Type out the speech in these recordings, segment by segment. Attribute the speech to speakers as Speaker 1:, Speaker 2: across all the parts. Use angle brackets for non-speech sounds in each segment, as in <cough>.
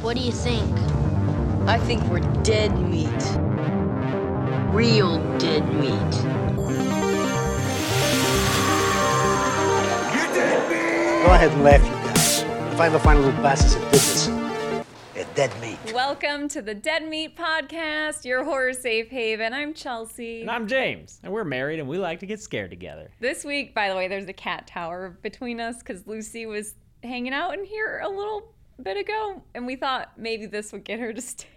Speaker 1: What do you think?
Speaker 2: I think we're dead meat. Real dead meat.
Speaker 3: Go ahead and laugh, you guys. If I ever find a little bastards that did this, they're dead meat.
Speaker 4: Welcome to the Dead Meat Podcast, your horror safe haven. I'm Chelsea.
Speaker 5: And I'm James, and we're married, and we like to get scared together. <laughs>
Speaker 4: This week, by the way, there's a cat tower between us because Lucy was hanging out in here a little bit ago, and we thought maybe this would get her to <laughs> stay.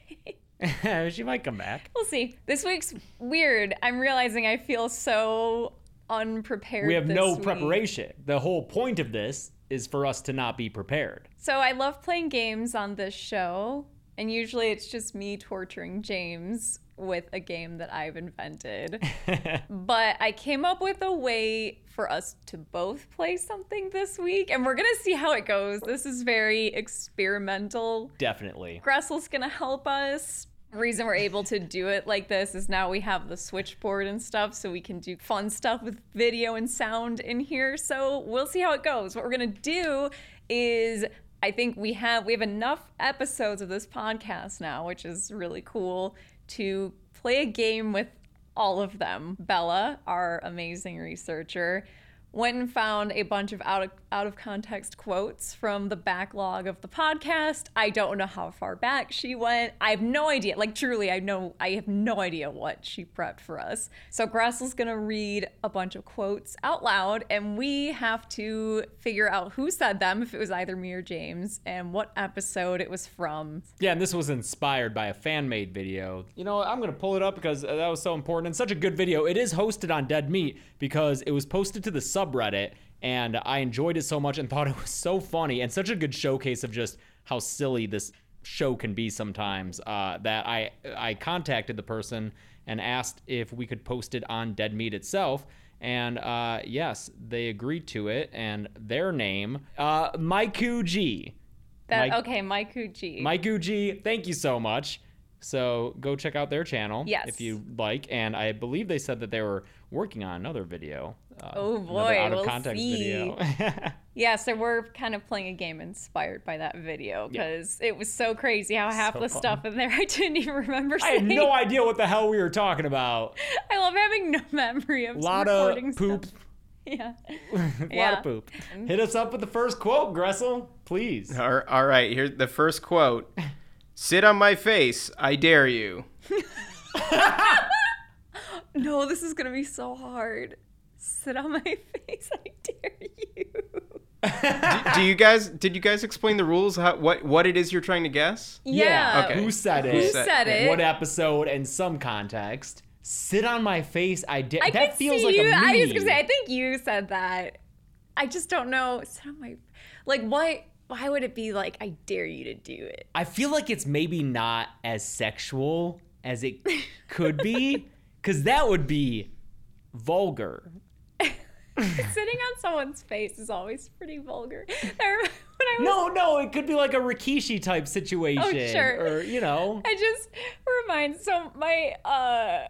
Speaker 5: she might come back.
Speaker 4: We'll see. This week's weird. I'm realizing I feel so unprepared.
Speaker 5: We have
Speaker 4: this
Speaker 5: no
Speaker 4: week.
Speaker 5: preparation. The whole point of this is for us to not be prepared.
Speaker 4: So I love playing games on this show, and usually it's just me torturing James with a game that I've invented. but I came up with a way for us to both play something this week, and we're gonna see how it goes. This is very experimental.
Speaker 5: Definitely.
Speaker 4: Gressel's gonna help us. The reason we're able to do it like this is now we have the switchboard and stuff, so we can do fun stuff with video and sound in here. So we'll see how it goes. What we're gonna do is I think we have we have enough episodes of this podcast now, which is really cool, to play a game with all of them. Bella, our amazing researcher, went and found a bunch of out of, out of context quotes from the backlog of the podcast. I don't know how far back she went. I have no idea. Like truly, I know I have no idea what she prepped for us. So Grassel's going to read a bunch of quotes out loud and we have to figure out who said them if it was either me or James and what episode it was from.
Speaker 5: Yeah, and this was inspired by a fan made video. You know, I'm going to pull it up because uh, that was so important and such a good video. It is hosted on Dead Meat because it was posted to the subreddit, and I enjoyed it so much and thought it was so funny and such a good showcase of just how silly this show can be sometimes uh, that I, I contacted the person and asked if we could post it on Dead Meat itself. And uh, yes, they agreed to it, and their name, uh, Maiku G.
Speaker 4: That
Speaker 5: Mike-
Speaker 4: okay, Mike G.
Speaker 5: Mike Gucci, thank you so much. So go check out their channel
Speaker 4: Yes.
Speaker 5: if you like. And I believe they said that they were working on another video. uh,
Speaker 4: Oh,
Speaker 5: another
Speaker 4: boy,
Speaker 5: out of
Speaker 4: we'll
Speaker 5: context
Speaker 4: see. <laughs>
Speaker 5: video. <laughs>
Speaker 4: Yeah, so we're kind of playing a game inspired by that video because it was so crazy how half
Speaker 5: So
Speaker 4: the
Speaker 5: fun.
Speaker 4: stuff in there I didn't even remember.
Speaker 5: I had
Speaker 4: saying.
Speaker 5: no idea what the hell we were talking about.
Speaker 4: I love having no memory of
Speaker 5: A lot
Speaker 4: recording
Speaker 5: of poop. <laughs>
Speaker 4: Stuff. Yeah,
Speaker 5: A lot
Speaker 4: Yeah. Mm-hmm.
Speaker 5: of poop. Hit us up with the first quote, Gressel, please.
Speaker 6: Ar- All right, here's the first quote. Sit on my face, I dare you.
Speaker 4: no, this is gonna be so hard. Sit on my <laughs> face, I dare you.
Speaker 6: Do you guys did you guys explain the rules how, what what it is you're trying to guess?
Speaker 4: Yeah,
Speaker 6: Okay.
Speaker 5: Who said
Speaker 4: who
Speaker 5: it?
Speaker 6: said-
Speaker 4: said it?
Speaker 5: What episode and some context? Sit on my face. I did.
Speaker 4: I
Speaker 5: that
Speaker 4: could
Speaker 5: feels
Speaker 4: see
Speaker 5: like
Speaker 4: you.
Speaker 5: a meme.
Speaker 4: I was gonna say, I think you said that. I just don't know. Sit on my, like, why? Why would it be like I dare you to do it? <laughs>
Speaker 5: I feel like it's maybe not as sexual as it could <laughs> be, because that would be vulgar.
Speaker 4: sitting on someone's face is always pretty vulgar. <laughs> I remember when I was,
Speaker 5: No, no, it could be like a Rikishi type situation,
Speaker 4: sure.
Speaker 5: or you know,
Speaker 4: I just remind so my uh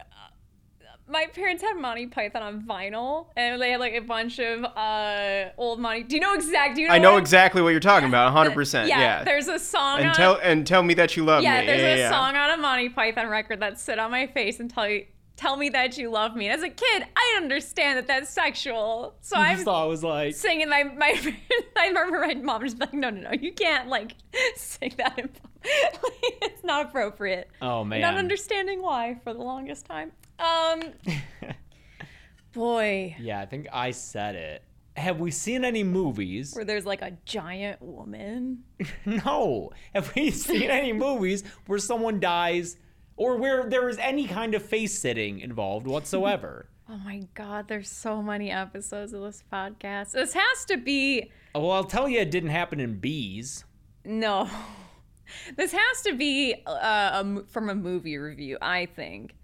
Speaker 4: my parents had Monty Python on vinyl, and they had like a bunch of uh old Monty. Do you know exact? Do you know
Speaker 6: I know
Speaker 4: what-
Speaker 6: exactly what you're talking about, 100%.
Speaker 4: Yeah,
Speaker 6: Yeah.
Speaker 4: there's a song.
Speaker 6: and
Speaker 4: on,
Speaker 6: tell and tell me that you love
Speaker 4: yeah,
Speaker 6: me.
Speaker 4: there's
Speaker 6: yeah,
Speaker 4: a
Speaker 6: yeah.
Speaker 4: song on a Monty Python record that "Sit on My Face" and tell you. Tell me that you love me. And as a kid, I understand that that's sexual. So
Speaker 5: I
Speaker 4: I'm
Speaker 5: just thought it was like
Speaker 4: singing my my <laughs> I remember my mom just like no no no you can't like <laughs> sing that in public <laughs> Like, it's not appropriate
Speaker 5: Oh, man.
Speaker 4: not understanding why for the longest time um boy
Speaker 5: Yeah, I think I said it. Have we seen any movies?
Speaker 4: where there's like a giant woman
Speaker 5: <laughs> No. Have <laughs> we seen any movies where someone dies or where there is any kind of face sitting involved <laughs> whatsoever?
Speaker 4: oh my god there's so many episodes of this podcast this has to be
Speaker 5: well, I'll tell you it didn't happen in Bees.
Speaker 4: no <laughs> this has to be uh, a, mo- from a movie review I think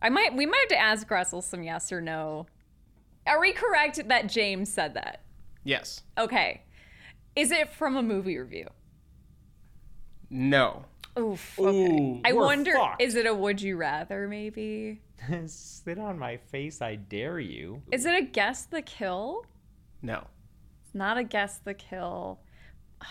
Speaker 4: I might we might have to ask Russell some yes or no are we correct that James said that
Speaker 6: Yes.
Speaker 4: Okay. Is it from a movie review?
Speaker 6: No.
Speaker 4: Oof.
Speaker 5: Ooh,
Speaker 4: I
Speaker 5: we're
Speaker 4: wonder,
Speaker 5: fucked.
Speaker 4: is it a would you rather maybe?
Speaker 5: <laughs> Sit on my face, I dare you.
Speaker 4: Is it a guess the kill?
Speaker 6: No.
Speaker 4: It's not a guess the kill. Oh,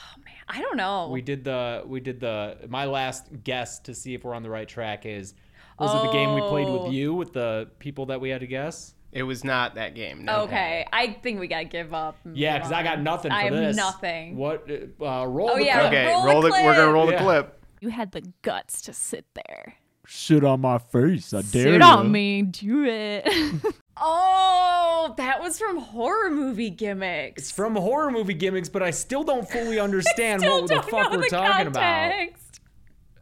Speaker 4: I don't know.
Speaker 5: We did the we did the my last guess to see if we're on the right track is was it the game we played
Speaker 4: Oh.
Speaker 5: with you with the people that we had to guess?
Speaker 6: It was not that game. No.
Speaker 4: okay, I think we gotta give up. and
Speaker 5: Yeah,
Speaker 4: move
Speaker 5: because I got
Speaker 4: on.
Speaker 5: nothing for
Speaker 4: I have
Speaker 5: this.
Speaker 4: nothing.
Speaker 5: What? Uh, roll.
Speaker 4: Oh,
Speaker 5: the
Speaker 4: yeah.
Speaker 5: clip.
Speaker 6: Okay,
Speaker 4: Roll
Speaker 6: roll,
Speaker 4: the
Speaker 6: the. We're
Speaker 4: clip.
Speaker 6: gonna roll
Speaker 5: Yeah.
Speaker 6: the clip.
Speaker 4: You had the guts to sit there.
Speaker 1: Sit on my face, I dare
Speaker 4: Sit
Speaker 1: ya.
Speaker 4: on me, do it. <laughs> oh, that was from horror movie gimmicks.
Speaker 5: It's from horror movie gimmicks, but I still
Speaker 4: <laughs>
Speaker 5: don't fully understand
Speaker 4: Still
Speaker 5: what the
Speaker 4: don't
Speaker 5: fuck
Speaker 4: know
Speaker 5: we're
Speaker 4: the
Speaker 5: talking about.
Speaker 4: context.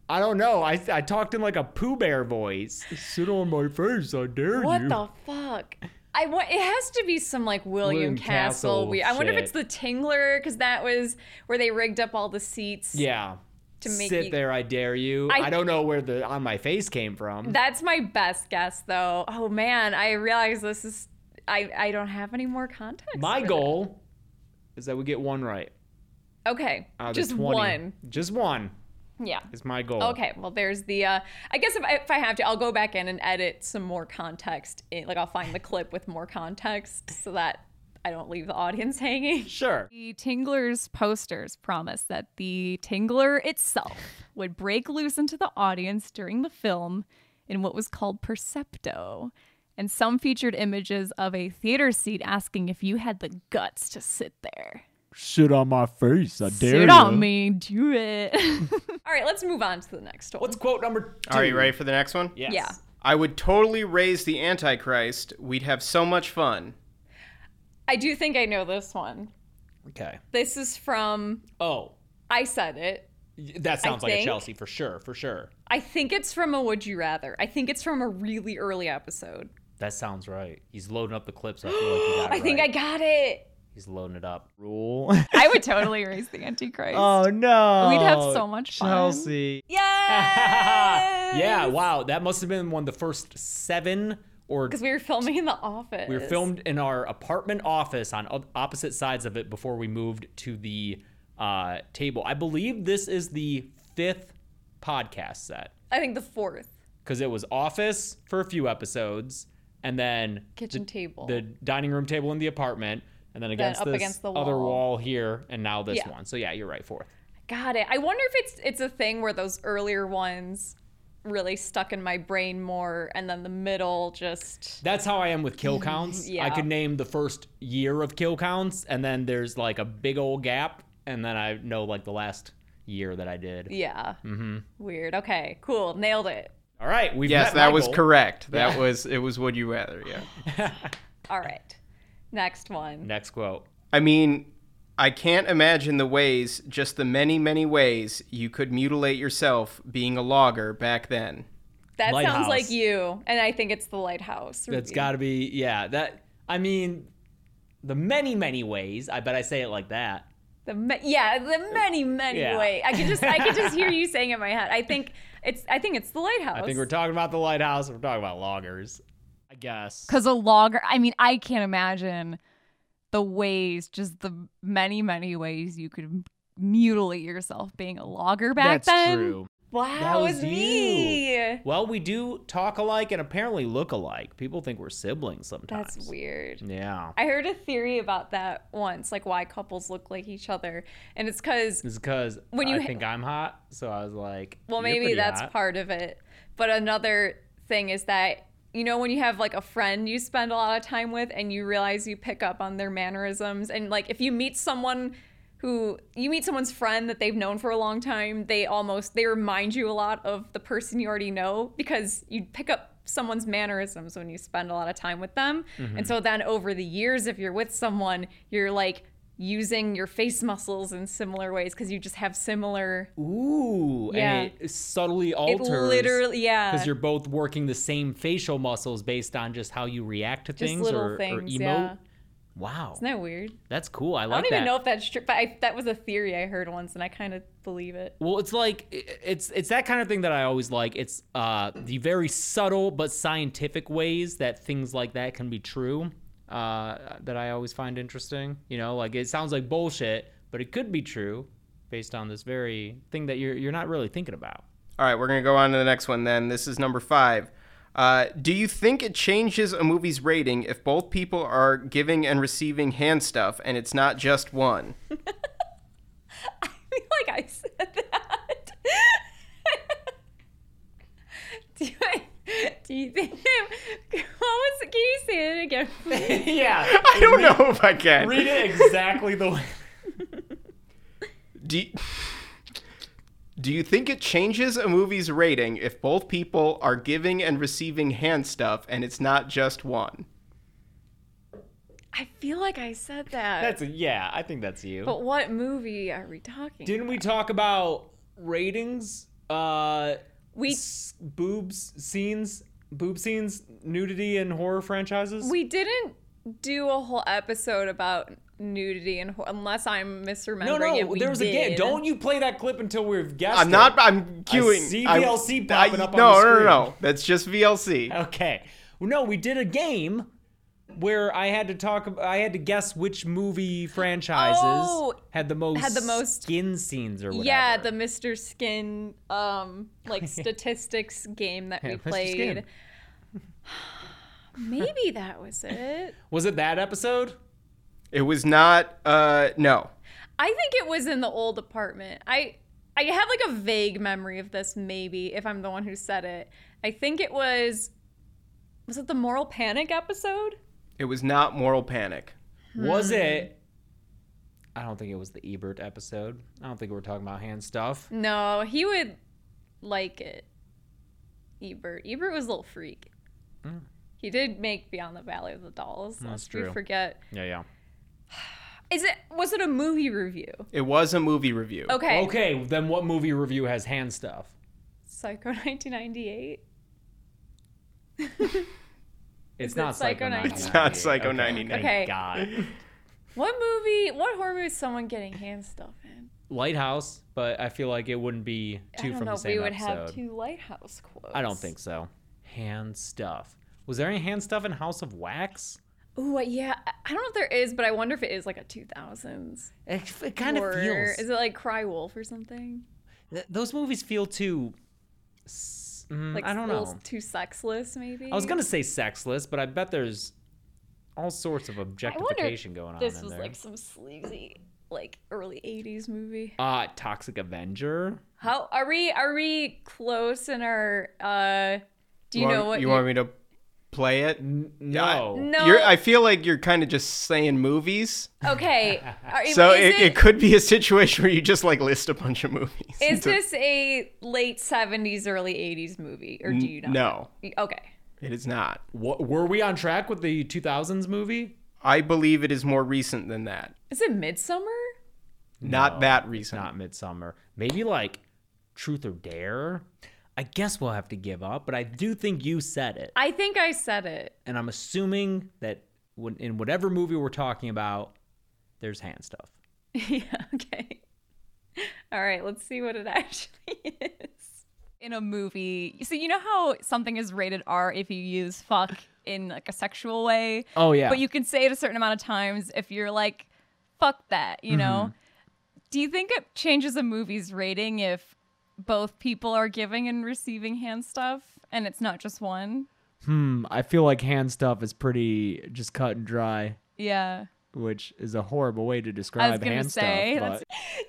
Speaker 5: I don't know. I I talked in like a Pooh Bear voice.
Speaker 1: Sit on my face, I dare
Speaker 4: What
Speaker 1: you.
Speaker 4: the fuck? I want. It has to be some like William,
Speaker 5: William
Speaker 4: Castle.
Speaker 5: Castle
Speaker 4: we- I wonder if
Speaker 5: shit.
Speaker 4: it's the Tingler because that was where they rigged up all the seats.
Speaker 5: Yeah.
Speaker 4: To make
Speaker 5: Sit
Speaker 4: you-
Speaker 5: there, I dare you.
Speaker 4: I-
Speaker 5: I, don't know where the on my face came from.
Speaker 4: That's my best guess, though. Oh man, I realize this is. I I don't have any more context.
Speaker 5: my
Speaker 4: for this.
Speaker 5: goal is that we get one right.
Speaker 4: Okay,
Speaker 5: out of the
Speaker 4: just
Speaker 5: 20.
Speaker 4: one.
Speaker 5: Just one
Speaker 4: Yeah.
Speaker 5: is my goal.
Speaker 4: Okay, well, there's the. Uh, I guess if I, if I have to, I'll go back in and edit some more context. In, like, I'll find the clip with more context so that I don't leave the audience <laughs> hanging.
Speaker 5: Sure.
Speaker 4: The Tingler's posters promised that the Tingler itself would break loose into the audience during the film in what was called Percepto. And some featured images of a theater seat asking if you had the guts to sit there.
Speaker 1: Sit on my face, I dare
Speaker 4: Sit
Speaker 1: ya.
Speaker 4: on me, do it. <laughs> All right, let's move on to the next one.
Speaker 5: What's quote number two?
Speaker 6: Are you ready for the next one?
Speaker 5: Yes.
Speaker 4: Yeah.
Speaker 6: I would totally raise the Antichrist. We'd have so much fun.
Speaker 4: I do think I know this one.
Speaker 5: Okay.
Speaker 4: This is from
Speaker 5: Oh,
Speaker 4: I said it.
Speaker 5: y- that sounds like
Speaker 4: think-
Speaker 5: a Chelsea for sure, for sure.
Speaker 4: I think it's from a Would You Rather. I think it's from a really early episode.
Speaker 5: That sounds right. He's loading up the clips. I feel like
Speaker 4: <gasps>
Speaker 5: he got
Speaker 4: I
Speaker 5: it
Speaker 4: think I
Speaker 5: right.
Speaker 4: got it.
Speaker 5: He's loading it up. <laughs> Rule.
Speaker 4: <laughs> I would totally raise the Antichrist.
Speaker 5: Oh,
Speaker 4: <laughs>
Speaker 5: no.
Speaker 4: We'd have so much fun.
Speaker 1: Chelsea.
Speaker 4: <laughs> Yes!
Speaker 5: <laughs> yeah. Wow. That must have been one of the first seven or.
Speaker 4: Because we were filming in the office.
Speaker 5: We were filmed in our apartment office on o- opposite sides of it before we moved to the uh, table. I believe this is the fifth podcast set.
Speaker 4: I think the fourth
Speaker 5: because it was office for a few episodes, and then
Speaker 4: kitchen table.
Speaker 5: the dining room table in the apartment, and then against
Speaker 4: up
Speaker 5: this
Speaker 4: against the
Speaker 5: other
Speaker 4: wall.
Speaker 5: wall here, and now this
Speaker 4: Yeah.
Speaker 5: one. So yeah, you're right. Fourth.
Speaker 4: got it. I wonder if it's it's a thing where those earlier ones really stuck in my brain more, and then the middle just.
Speaker 5: That's how I am with
Speaker 4: <laughs>
Speaker 5: kill counts.
Speaker 4: Yeah.
Speaker 5: I could name the first year of kill counts, and then there's like a big old gap, and then I know like the last year that I did.
Speaker 4: Yeah. Mm-hmm. Weird. Okay. Cool. Nailed it.
Speaker 5: All right, we've
Speaker 6: Yes,
Speaker 5: met
Speaker 6: that
Speaker 5: my
Speaker 6: was
Speaker 5: goal.
Speaker 6: correct. That was it. Was would you rather? Yeah.
Speaker 4: All right. Next one.
Speaker 5: Next quote.
Speaker 6: I mean, I can't imagine the ways, just the many, many ways you could mutilate yourself being a logger back then.
Speaker 4: That sounds
Speaker 5: Lighthouse.
Speaker 4: like you, and I think it's the lighthouse.
Speaker 5: That's
Speaker 4: review.
Speaker 5: got to be yeah. That I mean, the many many ways. I bet I say it like that.
Speaker 4: The ma- yeah, the many many
Speaker 5: Yeah.
Speaker 4: way. I could just I could just
Speaker 5: <laughs>
Speaker 4: hear you saying it in my head. I think it's I think it's the lighthouse.
Speaker 5: I think we're talking about the lighthouse. We're talking about loggers. I guess.
Speaker 4: because a logger. I mean, I can't imagine the ways, just the many many ways you could mutilate yourself being a logger back
Speaker 5: That's
Speaker 4: then.
Speaker 5: true.
Speaker 4: Wow,
Speaker 5: That
Speaker 4: it
Speaker 5: was
Speaker 4: was me.
Speaker 5: you. Well, we do talk alike and apparently look alike. People think we're siblings sometimes.
Speaker 4: That's weird.
Speaker 5: Yeah.
Speaker 4: I heard a theory about that once, like why couples look like each other, and it's because
Speaker 5: It's because
Speaker 4: When you
Speaker 5: I
Speaker 4: ha-
Speaker 5: think I'm hot, so I was like,
Speaker 4: Well,
Speaker 5: "You're
Speaker 4: maybe
Speaker 5: pretty
Speaker 4: that's
Speaker 5: hot."
Speaker 4: part of it. But another thing is that, you know, when you have like a friend you spend a lot of time with and you realize you pick up on their mannerisms, and like if you meet someone who you meet someone's friend that they've known for a long time, they almost they remind you a lot of the person you already know because you pick up someone's mannerisms when you spend a lot of time with them.
Speaker 5: Mm-hmm.
Speaker 4: And so then over the years if you're with someone, you're like using your face muscles in similar ways because you just have similar
Speaker 5: Ooh,
Speaker 4: Yeah.
Speaker 5: and it subtly
Speaker 4: it
Speaker 5: alters.
Speaker 4: literally yeah
Speaker 5: Because you're both working the same facial muscles based on just how you react to
Speaker 4: just
Speaker 5: things,
Speaker 4: little
Speaker 5: or, or
Speaker 4: things.
Speaker 5: emote.
Speaker 4: yeah,
Speaker 5: Wow,
Speaker 4: isn't that weird?
Speaker 5: that's cool. I
Speaker 4: I
Speaker 5: like
Speaker 4: don't
Speaker 5: that.
Speaker 4: even know if that's true, but I, that was a theory I heard once, and I kind of believe it. <laughs>
Speaker 5: Well, it's like i- it's it's that kind of thing that I always like. It's uh, the very subtle but scientific ways that things like that can be true uh, that I always find interesting. You know, like it sounds like bullshit, but it could be true based on this very thing that you're you're not really thinking about.
Speaker 6: All right, we're gonna go on to the next one. Then this is number five. Uh, do you think it changes a movie's rating if both people are giving and receiving hand stuff, and it's not just one?
Speaker 4: <laughs> what was? Can you say it again?
Speaker 5: <laughs> <laughs> yeah.
Speaker 6: I don't know if I can.
Speaker 5: Read it exactly the way.
Speaker 4: <laughs>
Speaker 6: Do you, do you think it changes a movie's rating if both people are giving and receiving hand stuff and it's not just one?
Speaker 4: I feel like I said that.
Speaker 5: That's a, yeah. I think that's you.
Speaker 4: but what movie are we talking?
Speaker 5: Didn't we talk about ratings? Uh,
Speaker 4: we
Speaker 5: s- boobs scenes, boob scenes, nudity in horror franchises.
Speaker 4: we didn't do a whole episode about nudity and ho- unless I'm misremembering
Speaker 5: no, no.
Speaker 4: it. we
Speaker 5: there was a
Speaker 4: did.
Speaker 5: game. Don't you play that clip until we've guessed?
Speaker 6: I'm
Speaker 5: it.
Speaker 6: not. I'm queuing.
Speaker 5: see
Speaker 6: I-
Speaker 5: VLC popping up on
Speaker 6: no,
Speaker 5: the
Speaker 6: no, no,
Speaker 5: screen.
Speaker 6: no. That's just VLC.
Speaker 5: Okay. Well, no, we did a game where I had to talk. ab- I had to guess which movie franchises
Speaker 4: Oh,
Speaker 5: had the most
Speaker 4: had the most-
Speaker 5: skin scenes or whatever.
Speaker 4: Yeah, the Mr. Skin um
Speaker 5: <laughs>
Speaker 4: like statistics game that
Speaker 5: Yeah,
Speaker 4: we
Speaker 5: Mr. Skin.
Speaker 4: played. <sighs> Maybe that was it.
Speaker 5: Was it that episode?
Speaker 6: It was not. Uh, no.
Speaker 4: I think it was in the old apartment. I I have like a vague memory of this maybe if I'm the one who said it. I think it was was it the moral panic episode?
Speaker 6: It was not moral panic.
Speaker 5: Was
Speaker 4: Hmm.
Speaker 5: it? I don't think it was the Ebert episode. I don't think we were talking about hand stuff.
Speaker 4: No, he would like it. Ebert. Ebert was a little freak. He did make Beyond the Valley of the Dolls. lest we
Speaker 5: Hmm. true.
Speaker 4: forget.
Speaker 5: Yeah, yeah.
Speaker 4: Is it was it a movie review?
Speaker 6: It was a movie review. <laughs>
Speaker 4: Okay.
Speaker 5: Okay, then what movie review has hand stuff?
Speaker 4: Psycho <laughs> 1998.
Speaker 5: It's
Speaker 4: it
Speaker 5: not
Speaker 4: Psycho
Speaker 5: Psycho 99.
Speaker 6: It's not Psycho 99.
Speaker 4: Okay.
Speaker 5: Thank God.
Speaker 4: What movie? What horror movie is someone getting hand stuff in?
Speaker 5: Lighthouse, but I feel like it wouldn't be two
Speaker 4: I don't
Speaker 5: from
Speaker 4: know.
Speaker 5: the
Speaker 4: if
Speaker 5: same
Speaker 4: we would
Speaker 5: episode.
Speaker 4: have two lighthouse quotes.
Speaker 5: I don't think so. Hand stuff. Was there any hand stuff in House of Wax?
Speaker 4: Ooh, yeah. I- I don't know if there is, but I wonder if it is like a 2000s
Speaker 5: It, it kind of
Speaker 4: horror.
Speaker 5: feels. Mm,
Speaker 4: Is it like Cry Wolf or something?
Speaker 5: th- those movies feel too. s- mm,
Speaker 4: Like
Speaker 5: I don't
Speaker 4: a
Speaker 5: know.
Speaker 4: little Too sexless, maybe.
Speaker 5: I was gonna say sexless, but I bet there's all sorts of
Speaker 4: I wonder
Speaker 5: objectification
Speaker 4: if
Speaker 5: going on
Speaker 4: this
Speaker 5: in
Speaker 4: was
Speaker 5: there.
Speaker 4: like some sleazy, like early 80s movie.
Speaker 5: uh, Toxic Avenger.
Speaker 4: How are we? Are we close in our? uh Do you,
Speaker 6: want,
Speaker 4: know what?
Speaker 6: you
Speaker 4: your-
Speaker 6: want me to play it?
Speaker 5: No.
Speaker 4: No.
Speaker 6: You're, I feel like you're kind of just saying movies. <laughs>
Speaker 4: Okay. Are,
Speaker 6: So
Speaker 4: is
Speaker 6: it, it, could be a situation where you just like list a bunch of movies. <laughs>
Speaker 4: Is
Speaker 6: To-
Speaker 4: this a late 70s, early 80s movie? Or do you not?
Speaker 6: No,
Speaker 4: know? Okay.
Speaker 6: it is not.
Speaker 5: Wha- were we on track with the 2000s movie?
Speaker 6: I believe it is more recent than that.
Speaker 4: Is it Midsummer?
Speaker 6: Not that recent.
Speaker 5: Not Midsummer. Maybe like Truth or Dare. I guess we'll have to give up, but I do think you said it,
Speaker 4: I think I said it. <laughs>
Speaker 5: and I'm assuming that when, in whatever movie we're talking about, there's hand stuff.
Speaker 4: yeah, okay. All right, let's see what it <laughs> actually is. In a movie, so you know how something is rated R if you use fuck in like a sexual way?
Speaker 5: Oh, yeah.
Speaker 4: But you can say it a certain amount of times if you're like, fuck that, you know? Do you think it changes a movie's rating if both people are giving and receiving hand stuff and it's not just one?
Speaker 5: I feel like hand stuff is pretty just cut and dry,
Speaker 4: Yeah.
Speaker 5: which is a horrible way to
Speaker 4: I was
Speaker 5: describe
Speaker 4: gonna say that's-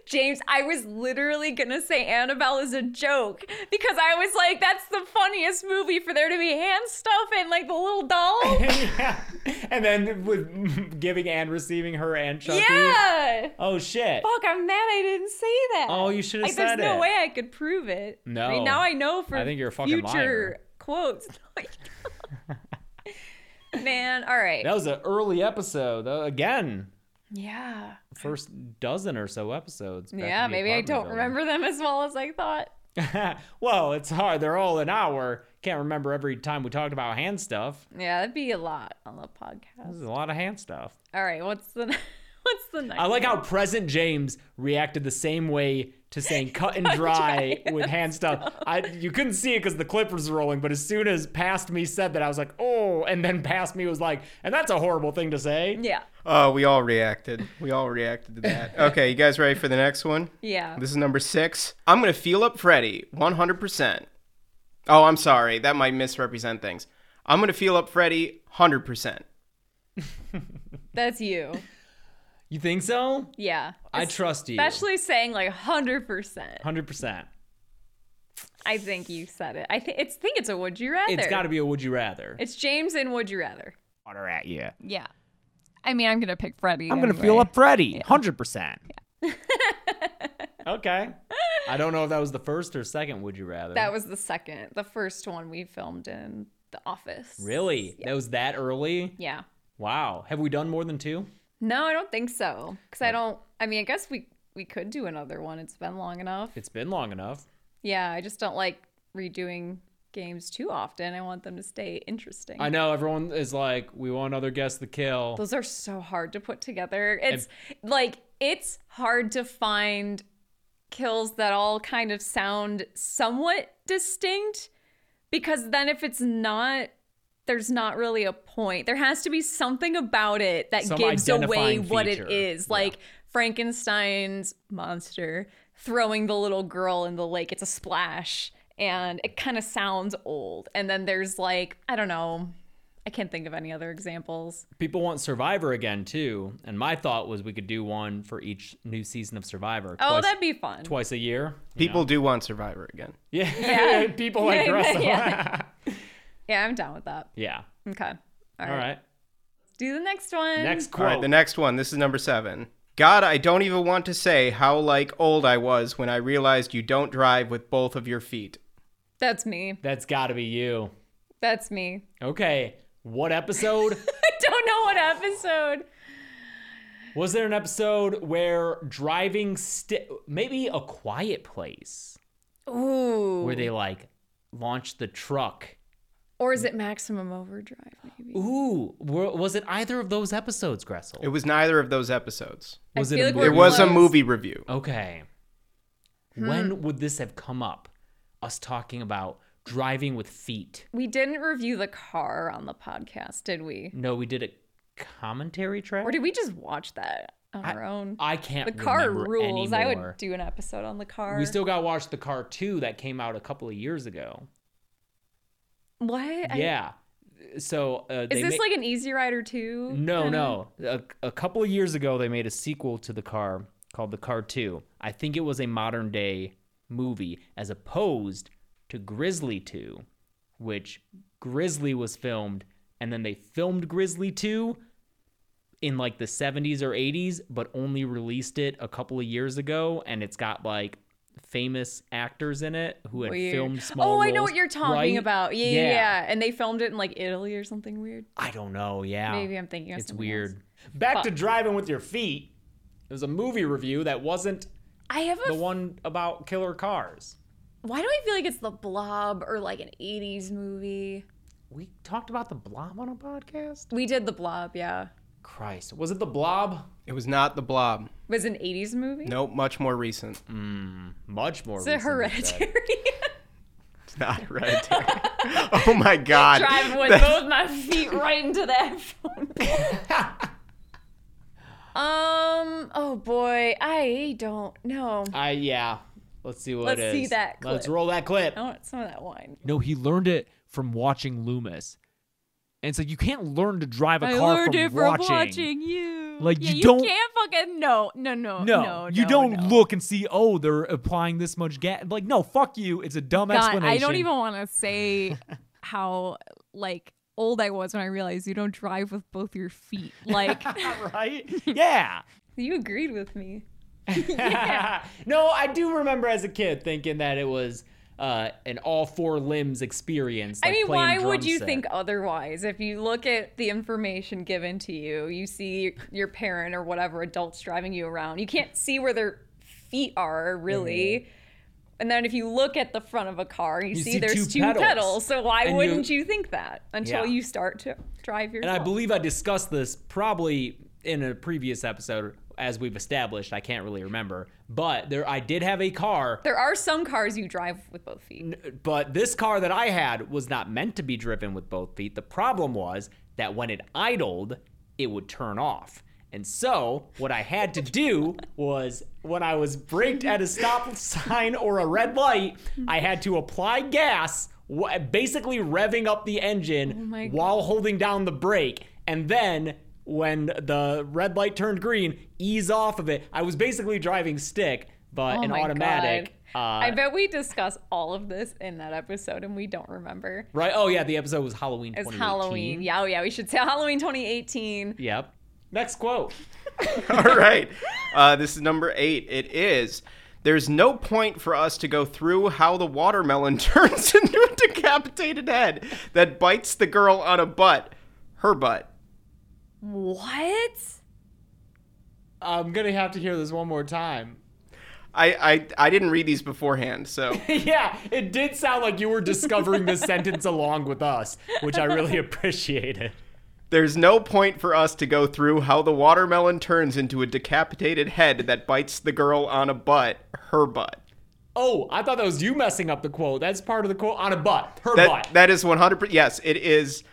Speaker 4: James, I was literally gonna say Annabelle is a joke because I was like, that's the funniest movie for there to be hand stuff and like the little doll.
Speaker 5: yeah. <laughs> And then with <laughs> giving and receiving her and Chucky.
Speaker 4: yeah.
Speaker 5: Oh shit.
Speaker 4: Fuck, I'm mad I didn't say that.
Speaker 5: Oh, you should've
Speaker 4: like, There's
Speaker 5: said
Speaker 4: no
Speaker 5: it.
Speaker 4: way I could prove it. I mean,
Speaker 5: No.
Speaker 4: now I know for
Speaker 5: I think you're a fucking
Speaker 4: future
Speaker 5: liar.
Speaker 4: quotes. <laughs>
Speaker 5: <laughs>
Speaker 4: Man, all right.
Speaker 5: That was an early episode. though. Again,
Speaker 4: Yeah.
Speaker 5: first dozen or so episodes. back
Speaker 4: Yeah,
Speaker 5: in the
Speaker 4: maybe I don't
Speaker 5: apartment
Speaker 4: remember them as well as I thought.
Speaker 5: building. <laughs> well, it's hard. They're all an hour. Can't remember every time we talked about hand stuff.
Speaker 4: Yeah, that'd be a lot on the podcast.
Speaker 5: This is a lot of hand stuff.
Speaker 4: All right, what's the <laughs> what's the next?
Speaker 5: I like how present James reacted the same way to saying
Speaker 4: <laughs>
Speaker 5: cut and dry with hand stuff. I you couldn't see it because the clip was rolling, but as soon as past me said that, I was like, oh, and then past me was like, and that's a horrible thing to say.
Speaker 4: Yeah.
Speaker 6: Oh, we all reacted. We all reacted to <laughs> that. Okay, you guys ready for the next one?
Speaker 4: Yeah.
Speaker 6: This is number six. I'm gonna feel up Freddy, 100%. Oh, I'm sorry. That might misrepresent things. I'm gonna feel up Freddy, 100%.
Speaker 4: That's you.
Speaker 5: You think so?
Speaker 4: Yeah.
Speaker 5: I trust you.
Speaker 4: Especially saying like 100%.
Speaker 5: hundred percent.
Speaker 4: I think you said it. I thi- it's, think it's a would you rather.
Speaker 5: It's got to be a would you rather.
Speaker 4: It's James and would you rather.
Speaker 5: water at you.
Speaker 4: Yeah. I mean, I'm gonna pick Freddy.
Speaker 5: I'm gonna feel up Freddy, hundred <laughs> percent. Okay. I don't know if that was the first or second. Would you rather?
Speaker 4: That was the second, the first one we filmed in the office.
Speaker 5: really that was that early.
Speaker 4: Yeah.
Speaker 5: Wow. Have we done more than two?
Speaker 4: No, I don't think so. Because I don't. I mean, I guess we we could do another one. It's been long enough.
Speaker 5: It's been long enough.
Speaker 4: Yeah, I just don't like redoing games too often. I want them to stay interesting.
Speaker 5: I know everyone is like, we want another guess the kill.
Speaker 4: Those are so hard to put together. It's like it's hard to find kills that all kind of sound somewhat distinct because then if it's not there's not really a point. There has to be something about it that
Speaker 5: Some
Speaker 4: gives away
Speaker 5: identifying
Speaker 4: what
Speaker 5: feature.
Speaker 4: it is. Like Frankenstein's monster throwing the little girl in the lake. It's a splash and it kind of sounds old. And then there's like, I don't know. I can't think of any other examples.
Speaker 5: People want Survivor again too, and my thought was we could do one for each new season of Survivor.
Speaker 4: Oh,
Speaker 5: twice,
Speaker 4: that'd be fun.
Speaker 5: twice a year.
Speaker 6: People do want Survivor again.
Speaker 5: Yeah,
Speaker 4: <laughs>
Speaker 5: <laughs>
Speaker 4: Yeah.
Speaker 5: people like
Speaker 4: Yeah,
Speaker 5: wrestle.
Speaker 4: yeah. Yeah, I'm down with that.
Speaker 5: yeah.
Speaker 4: Okay. All right.
Speaker 5: All right.
Speaker 4: Do the next one.
Speaker 5: Next
Speaker 6: All
Speaker 5: quote.
Speaker 6: right, the next one. This is number seven. God, I don't even want to say how like old I was when I realized you don't drive with both of your feet.
Speaker 4: That's me.
Speaker 5: That's got to be you.
Speaker 4: That's me. <laughs>
Speaker 5: Okay. What episode?
Speaker 4: I don't know what episode.
Speaker 5: Was there an episode where driving sti- maybe a quiet place
Speaker 4: Ooh.
Speaker 5: where they like launch the truck?
Speaker 4: Or is it Maximum Overdrive? Maybe.
Speaker 5: Ooh, wa- was it either of those episodes, Gressel?
Speaker 6: It was neither of those episodes.
Speaker 5: was
Speaker 4: I
Speaker 5: it
Speaker 4: feel
Speaker 5: a
Speaker 4: like
Speaker 5: movie?
Speaker 4: we're
Speaker 6: It was a
Speaker 4: close.
Speaker 6: movie review.
Speaker 5: Okay.
Speaker 4: Hmm.
Speaker 5: When would this have come up? Us talking about driving with feet.
Speaker 4: We didn't review the car on the podcast, did we?
Speaker 5: No, we did a commentary track.
Speaker 4: Or did we just watch that on our own?
Speaker 5: I can't.
Speaker 4: the car
Speaker 5: remember
Speaker 4: rules. I
Speaker 5: anymore.
Speaker 4: would do an episode on the car.
Speaker 5: We still got to watch the car two that came out a couple of years ago.
Speaker 4: What? I-
Speaker 5: yeah. So uh,
Speaker 4: is
Speaker 5: they
Speaker 4: this
Speaker 5: ma-
Speaker 4: like an Easy Rider 2?
Speaker 5: No, no. A, a couple of years ago, they made a sequel to the car called The Car 2. I think it was a modern day movie as opposed to Grizzly 2, which Grizzly was filmed and then they filmed Grizzly 2 in like the 70s or 80s, but only released it a couple of years ago. And it's got like famous actors in it who had
Speaker 4: Weird.
Speaker 5: filmed small
Speaker 4: Oh, I know
Speaker 5: roles,
Speaker 4: what you're talking
Speaker 5: right?
Speaker 4: about. Yeah, yeah, yeah. And they filmed it in like Italy or something weird.
Speaker 5: I don't know. Yeah.
Speaker 7: Oh,
Speaker 4: Maybe I'm thinking of
Speaker 5: It's
Speaker 4: something
Speaker 5: weird.
Speaker 4: else.
Speaker 5: Back to driving with your feet. It was a movie review that wasn't
Speaker 4: I have a.
Speaker 5: the one about killer cars.
Speaker 4: why do I feel like it's the Blob or like an '80s movie?
Speaker 5: We talked about the blob on a podcast.
Speaker 4: We did the Blob, yeah.
Speaker 5: Christ, was it the blob?
Speaker 6: It was not The Blob.
Speaker 4: Was it an '80s movie?
Speaker 6: Nope, much more recent.
Speaker 5: Much more.
Speaker 4: Is it hereditary?
Speaker 6: It's not hereditary. oh my
Speaker 7: <laughs>
Speaker 4: <laughs>
Speaker 6: god.
Speaker 4: Driving with both my feet right into that phone. um. Oh boy, I don't know.
Speaker 5: I yeah. Let's see what
Speaker 4: Let's
Speaker 5: it is.
Speaker 4: see that
Speaker 5: Let's
Speaker 4: clip.
Speaker 5: roll that clip.
Speaker 4: I want some of that wine.
Speaker 7: No, he learned it from watching Loomis. And it's like you can't learn to drive a car from, watching.
Speaker 4: you.
Speaker 7: Like, you don't-
Speaker 4: can't fucking no, no, no,
Speaker 7: No, you
Speaker 4: no,
Speaker 7: don't
Speaker 4: no.
Speaker 7: look and see. Oh, they're applying this much gas. Like, no, fuck you. It's a dumb
Speaker 8: God,
Speaker 7: explanation.
Speaker 8: I don't even want to say how like old I was when I realized you don't drive with both your feet. Like
Speaker 5: <laughs>
Speaker 7: right. Yeah.
Speaker 4: <laughs> You agreed with me.
Speaker 5: <laughs> no, I do remember as a kid thinking that it was uh, an all four limbs experience.
Speaker 4: I
Speaker 5: like
Speaker 4: mean,
Speaker 5: playing
Speaker 4: why
Speaker 5: drum
Speaker 4: would you
Speaker 5: set.
Speaker 4: think otherwise? If you look at the information given to you, you see your parent or whatever adults driving you around. You can't see where their feet are really. And then if you look at the front of a car, you, see,
Speaker 5: Mm-hmm. see
Speaker 4: there's two,
Speaker 5: two pedals.
Speaker 4: pedals. So why
Speaker 5: And you-
Speaker 4: wouldn't you think that until
Speaker 5: Yeah.
Speaker 4: you start to drive your
Speaker 5: And I believe I discussed this probably in a previous episode, as we've established. I can't really remember, but there I did have a car,
Speaker 4: there are some cars you drive with both feet.
Speaker 5: but this car that I had was not meant to be driven with both feet. The problem was that when it idled, it would turn off. And so, what I had to do was when I was braked at a stop sign or a red light, I had to apply gas, wh- basically revving up the engine
Speaker 4: Oh my
Speaker 5: while holding down the brake. And then, when the red light turned green, ease off of it. I was basically driving stick, but
Speaker 4: Oh
Speaker 5: an
Speaker 4: my
Speaker 5: automatic. uh,
Speaker 4: God. I bet we discuss all of this in that episode and we don't remember.
Speaker 5: Right? Oh yeah, the episode was Halloween.
Speaker 4: It's
Speaker 5: 2018.
Speaker 4: Halloween. Yeah, oh yeah, we should say Halloween 2018.
Speaker 5: Yep. Next quote.
Speaker 6: <laughs> All right. Uh, this is number eight. It is. There's no point for us to go through how the watermelon <laughs> turns into a decapitated head that bites the girl on a butt, her butt.
Speaker 4: What?
Speaker 5: I'm gonna have to hear this one more <laughs> time.
Speaker 6: I, I, I didn't read these beforehand, so
Speaker 5: yeah, it did sound like you were discovering this sentence <laughs> along with us, which I <laughs> really appreciated.
Speaker 6: there's no point for us to go through how the watermelon turns into a decapitated head that bites the girl on a butt, her butt.
Speaker 5: Oh, I thought that was you messing up the quote. That's part of the quote on a butt. Her
Speaker 6: That
Speaker 5: butt.
Speaker 6: that is 100%. Yes, it is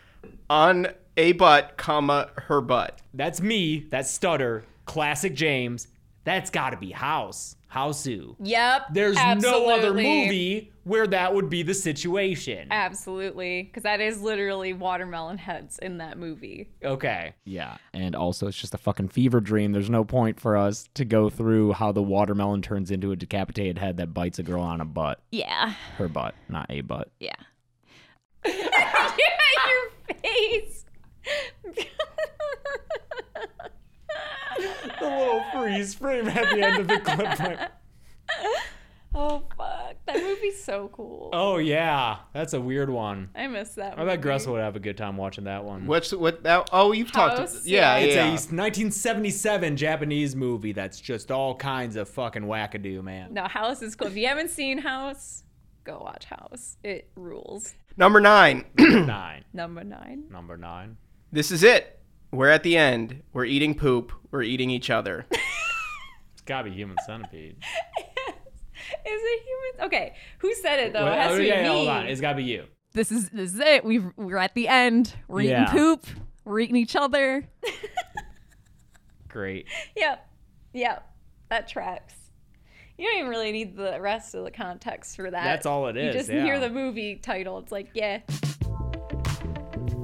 Speaker 6: on a butt, comma her butt.
Speaker 5: That's me. That's stutter. Classic James. That's gotta be House. Houseu.
Speaker 4: Yep.
Speaker 5: There's no other
Speaker 4: absolutely.
Speaker 5: movie where that would be the situation.
Speaker 4: Absolutely, because that is literally watermelon heads in that movie.
Speaker 5: Okay.
Speaker 7: Yeah. And also, it's just a fucking fever dream. There's no point for us to go through how the watermelon turns into a decapitated head that bites a girl on a butt.
Speaker 8: Yeah.
Speaker 7: Her butt, not a butt.
Speaker 4: <laughs>
Speaker 8: Yeah.
Speaker 4: yeah, your face. <laughs>
Speaker 5: The little freeze frame at the end of the clip. went,
Speaker 4: oh fuck, that movie's so cool.
Speaker 5: <laughs> oh yeah, that's a weird one.
Speaker 4: I miss that.
Speaker 5: I
Speaker 4: movie.
Speaker 5: bet Gressa would have a good time watching that one.
Speaker 6: What's what that? Oh, you've talked.
Speaker 4: House,
Speaker 6: Yeah,
Speaker 4: yeah.
Speaker 5: It's
Speaker 6: yeah.
Speaker 5: a 1977 Japanese movie that's just all kinds of fucking wackadoo, man.
Speaker 4: No, House is cool. If you haven't seen House, go watch House. It rules.
Speaker 6: Number nine. <clears throat>
Speaker 5: <clears throat> nine.
Speaker 4: Number nine.
Speaker 5: Number nine.
Speaker 6: this is it. We're at the end. We're eating poop. We're eating each other.
Speaker 5: It's gotta be Human Centipede.
Speaker 4: Is it human? Okay, who said it though?
Speaker 5: Wait,
Speaker 4: it has
Speaker 5: oh,
Speaker 4: to be
Speaker 5: yeah, yeah,
Speaker 4: me.
Speaker 5: hold on. It's gotta be you.
Speaker 8: This is this is it. We've we're at the end. We're
Speaker 7: Yeah.
Speaker 8: eating poop. We're eating each other.
Speaker 5: Great.
Speaker 4: Yep. Yep. That tracks. You don't even really need the rest of the context for that.
Speaker 5: That's all it
Speaker 4: You
Speaker 5: is,
Speaker 4: just
Speaker 5: yeah.
Speaker 4: hear the movie title. It's like, yeah.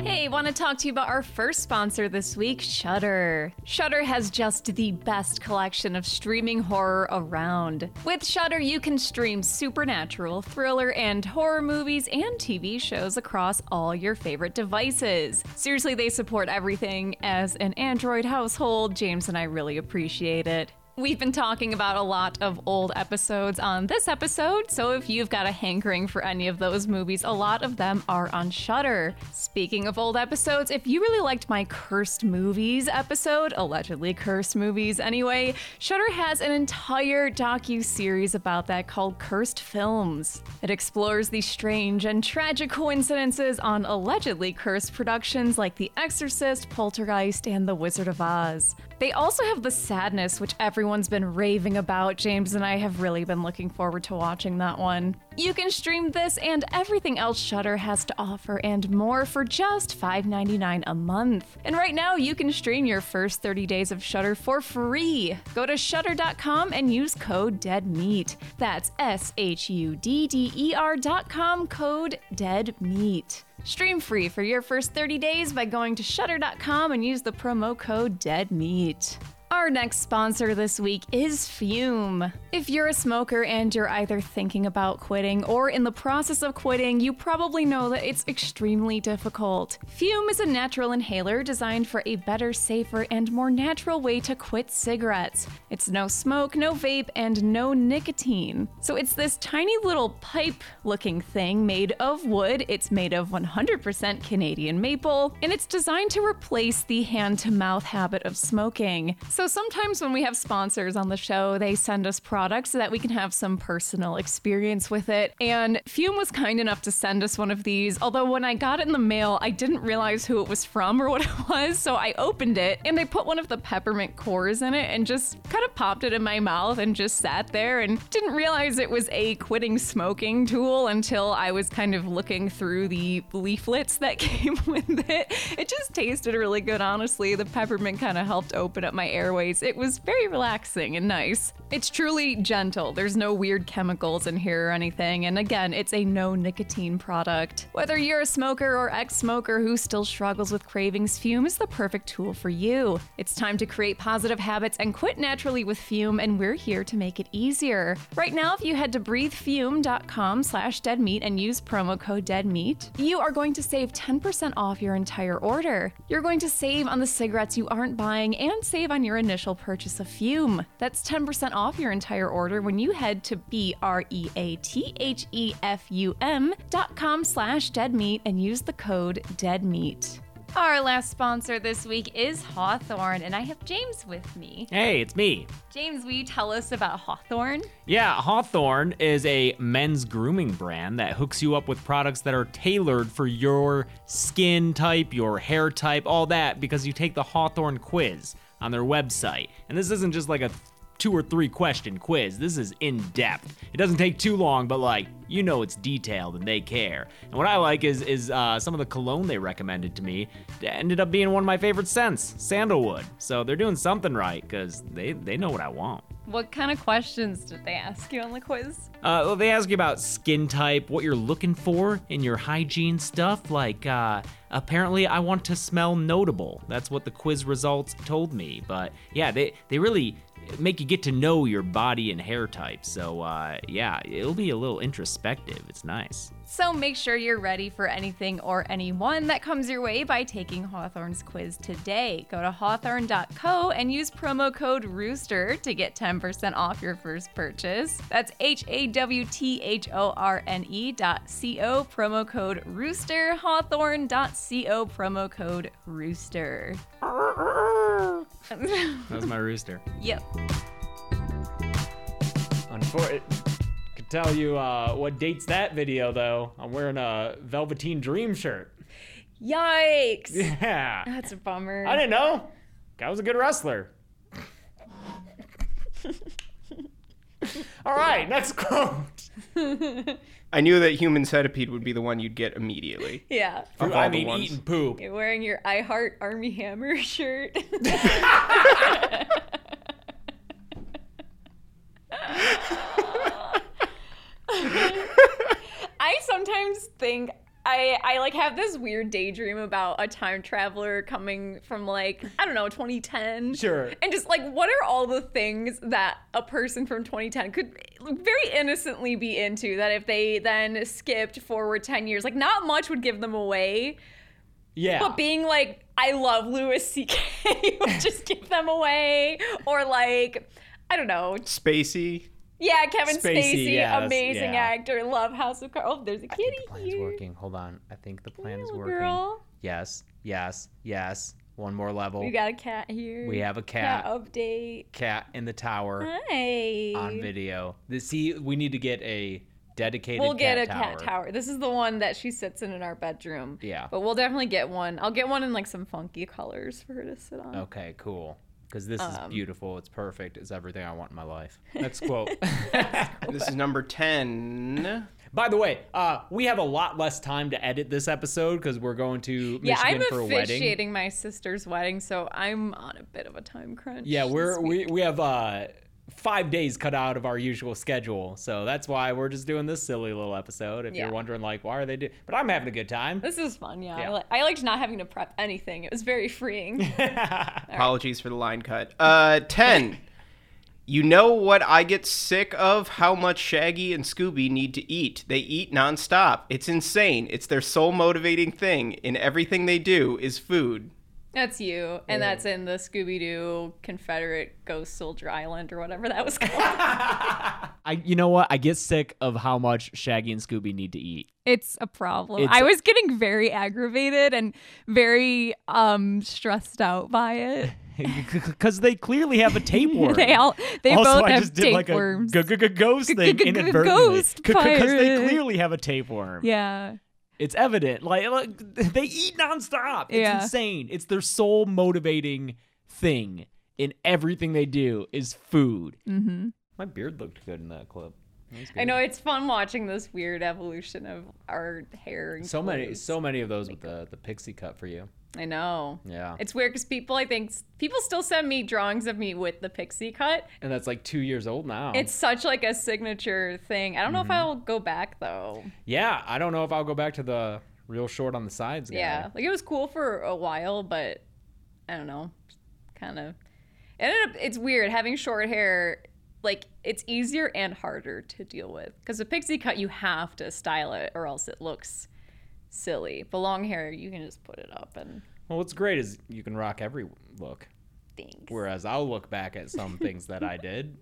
Speaker 4: Hey, want to talk to you about our first sponsor this week, Shudder. Shudder has just the best collection of streaming horror around. With Shudder, you can stream supernatural, thriller, and horror movies and TV shows across all your favorite devices. Seriously, they support everything as an Android household. James and I really appreciate it. We've been talking about a lot of old episodes on this episode, so if you've got a hankering for any of those movies, a lot of them are on Shudder. Speaking of old episodes, if you really liked my cursed movies episode, allegedly cursed movies anyway, Shudder has an entire docu-series about that called Cursed Films. It explores the strange and tragic coincidences on allegedly cursed productions like The Exorcist, Poltergeist, and The Wizard of Oz. They also have The Sadness, which everyone's been raving about. James and I have really been looking forward to watching that one. You can stream this and everything else Shudder has to offer and more for just $5.99 a month. And right now, you can stream your first 30 days of Shudder for free. Go to shudder.com and use code DEADMEAT. That's S H U D D E R.com, code DEADMEAT. Stream free for your first 30 days by going to shutter.com and use the promo code DEADMEAT. Our next sponsor this week is Fume. If you're a smoker and you're either thinking about quitting or in the process of quitting, you probably know that it's extremely difficult. Fume is a natural inhaler designed for a better, safer, and more natural way to quit cigarettes. It's no smoke, no vape, and no nicotine. So it's this tiny little pipe looking thing made of wood. It's made of 100% Canadian maple, and it's designed to replace the hand to mouth habit of smoking. So sometimes when we have sponsors on the show, they send us products so that we can have some personal experience with it. And Fume was kind enough to send us one of these, although when I got it in the mail, I didn't realize who it was from or what <laughs> it was. So I opened it and they put one of the peppermint cores in it and just kind of popped it in my mouth and just sat there and didn't realize it was a quitting smoking tool until I was kind of looking through the leaflets that <laughs> came with it. It just tasted really good, honestly. The peppermint kind of helped open up my airways Airways. It was very relaxing and nice. It's truly gentle. There's no weird chemicals in here or anything. And again, it's a no nicotine product. Whether you're a smoker or ex smoker who still struggles with cravings, Fume is the perfect tool for you. It's time to create positive habits and quit naturally with Fume, and we're here to make it easier. Right now, if you head to breathefume.com slash deadmeat and use promo code deadmeat, you are going to save 10% off your entire order. You're going to save on the cigarettes you aren't buying and save on your initial purchase of Fume. That's 10% off your entire order when you head to E B-R-E-A-T-H-E-F-U-M dot com slash deadmeat and use the code deadmeat. Our last sponsor this week is Hawthorne, and I have James with me.
Speaker 5: Hey, it's me.
Speaker 4: James, will you tell us about Hawthorne?
Speaker 5: Yeah, Hawthorne is a men's grooming brand that hooks you up with products that are tailored for your skin type, your hair type, all that, because you take the Hawthorne quiz on their website. And this isn't just like a two or three question quiz, this is in depth. It doesn't take too long, but like, you know it's detailed and they care. And what I like is is uh, some of the cologne they recommended to me that ended up being one of my favorite scents, sandalwood. So they're doing something right, because they, they know what I want.
Speaker 4: What kind of questions did they ask you on the quiz?
Speaker 5: Uh, well, they ask you about skin type, what you're looking for in your hygiene stuff. Like, uh, apparently, I want to smell notable. That's what the quiz results told me. But yeah, they, they really make you get to know your body and hair type. So uh, yeah, it'll be a little introspective. It's nice.
Speaker 4: So make sure you're ready for anything or anyone that comes your way by taking Hawthorne's quiz today. Go to hawthorne.co and use promo code ROOSTER to get 10% off your first purchase. That's H A W T H O R N E dot C O, promo code ROOSTER, hawthorne.co, promo code ROOSTER.
Speaker 5: That was my rooster.
Speaker 4: Yep.
Speaker 9: Unfor- could tell you uh, what dates that video though. I'm wearing a Velveteen Dream shirt. <laughs>
Speaker 4: <laughs> Yikes!
Speaker 9: Yeah.
Speaker 4: That's a bummer.
Speaker 9: I didn't know. Guy was a good wrestler. All right, next <laughs> quote.
Speaker 6: I knew that human centipede would be the one you'd get immediately.
Speaker 4: <laughs> yeah.
Speaker 6: Of all
Speaker 9: I
Speaker 6: the
Speaker 9: mean,
Speaker 6: ones.
Speaker 9: eating poop.
Speaker 4: You're <laughs> wearing your I Heart Army Hammer <laughs> shirt. I sometimes think I I like have this weird daydream about a time traveler coming from like I don't know 2010.
Speaker 9: Sure.
Speaker 4: And just like what are all the things that a person from 2010 could very innocently be into that if they then skipped forward 10 years like not much would give them away
Speaker 9: Yeah.
Speaker 4: but being like, I love Louis <laughs> C.K. would just give them away, or like, I don't know,
Speaker 6: Spacey.
Speaker 4: yeah, Kevin
Speaker 9: Spacey,
Speaker 4: Spacey,
Speaker 9: yeah, that's-
Speaker 4: amazing
Speaker 9: yeah.
Speaker 4: actor, love House of Cards. Oh, there's a kitty
Speaker 5: plan's
Speaker 4: here,
Speaker 5: working. Hold on. I think the plan is
Speaker 4: Little
Speaker 5: working.
Speaker 4: girl.
Speaker 5: Yes. Yes. Yes. One more level.
Speaker 4: We got a cat here.
Speaker 5: Oh. We have a
Speaker 4: cat
Speaker 5: cat.
Speaker 4: update.
Speaker 5: cat in the tower
Speaker 4: Hi.
Speaker 5: on video. The, see, we need to get a dedicated.
Speaker 4: We'll get a
Speaker 5: cat
Speaker 4: cat tower. This is the one that she sits in in our bedroom.
Speaker 5: Yeah.
Speaker 4: But we'll definitely get one. I'll get one in like some funky colors for her to sit on.
Speaker 5: Okay, cool. Because this is
Speaker 4: Um.
Speaker 5: beautiful. It's perfect. It's everything I want in my life. Next
Speaker 9: <laughs>
Speaker 5: <laughs> quote.
Speaker 6: This is number 10.
Speaker 9: By the way, uh, we have a lot less time to edit this episode because we're going to Michigan
Speaker 4: Yeah, I'm
Speaker 9: for a wedding.
Speaker 4: officiating my sister's wedding, so I'm on a bit of a time crunch.
Speaker 9: Yeah,
Speaker 4: this
Speaker 9: we're
Speaker 4: week.
Speaker 9: we, we have uh five days cut out of our usual schedule. So that's why we're just doing this silly little episode. If
Speaker 4: Yeah.
Speaker 9: you're wondering like why are they do but I'm having a good time.
Speaker 4: This is fun, yeah.
Speaker 9: Yeah.
Speaker 4: I, li- I liked not having to prep anything. It was very
Speaker 5: <laughs>
Speaker 4: freeing.
Speaker 6: Apologies for the line cut. Uh, 10. <laughs> You know what I get sick of? How much Shaggy and Scooby need to eat. They eat nonstop. It's insane. It's their sole motivating thing in everything they do is food.
Speaker 4: that's you, and that's in the Scooby Doo Confederate Ghost Soldier Island or
Speaker 10: <laughs>
Speaker 4: whatever that was called.
Speaker 5: I, you know what? I get sick of how much Shaggy and Scooby need to eat. <laughs>
Speaker 10: It's a problem.
Speaker 5: It's-
Speaker 10: I was getting very aggravated and very um stressed out by
Speaker 5: <laughs>
Speaker 10: it.
Speaker 5: Because they clearly have
Speaker 4: <laughs>
Speaker 5: a tapeworm.
Speaker 10: they all they
Speaker 5: also,
Speaker 10: both
Speaker 5: I
Speaker 10: have
Speaker 5: just did like a
Speaker 10: tapeworms.
Speaker 5: ghost thing
Speaker 10: G-g-g-g-
Speaker 5: inadvertently. <laughs>
Speaker 10: ghost
Speaker 5: Because they
Speaker 10: pirate.
Speaker 5: clearly have a tapeworm.
Speaker 10: yeah.
Speaker 5: It's evident. Like, like, <laughs> they eat nonstop. It's
Speaker 10: Yeah.
Speaker 5: insane. It's their sole motivating thing in everything they do is food.
Speaker 9: My beard looked good in that clip.
Speaker 4: I know it's fun watching this weird evolution of our hair. And
Speaker 5: So many,
Speaker 4: clothes.
Speaker 5: so many of those with the the pixie cut for you.
Speaker 4: I know.
Speaker 5: Yeah.
Speaker 4: It's weird because people, I think, people still send me drawings of me with the pixie cut.
Speaker 5: And that's like two years old now.
Speaker 4: It's such like a signature thing. I don't
Speaker 5: Mm-hmm.
Speaker 4: know if I'll go back though.
Speaker 5: yeah. I don't know if I'll go back to the real short on the sides. Guy.
Speaker 4: Yeah. Like it was cool for a while, but I don't know. Kind of. It ended up it's weird having short hair. Like it's easier and harder to deal with because a pixie cut you have to style it or else it looks silly. But long hair you can just put it up and
Speaker 5: Well, what's great is you can rock every look.
Speaker 4: things.
Speaker 5: Whereas I'll look back at some things that I did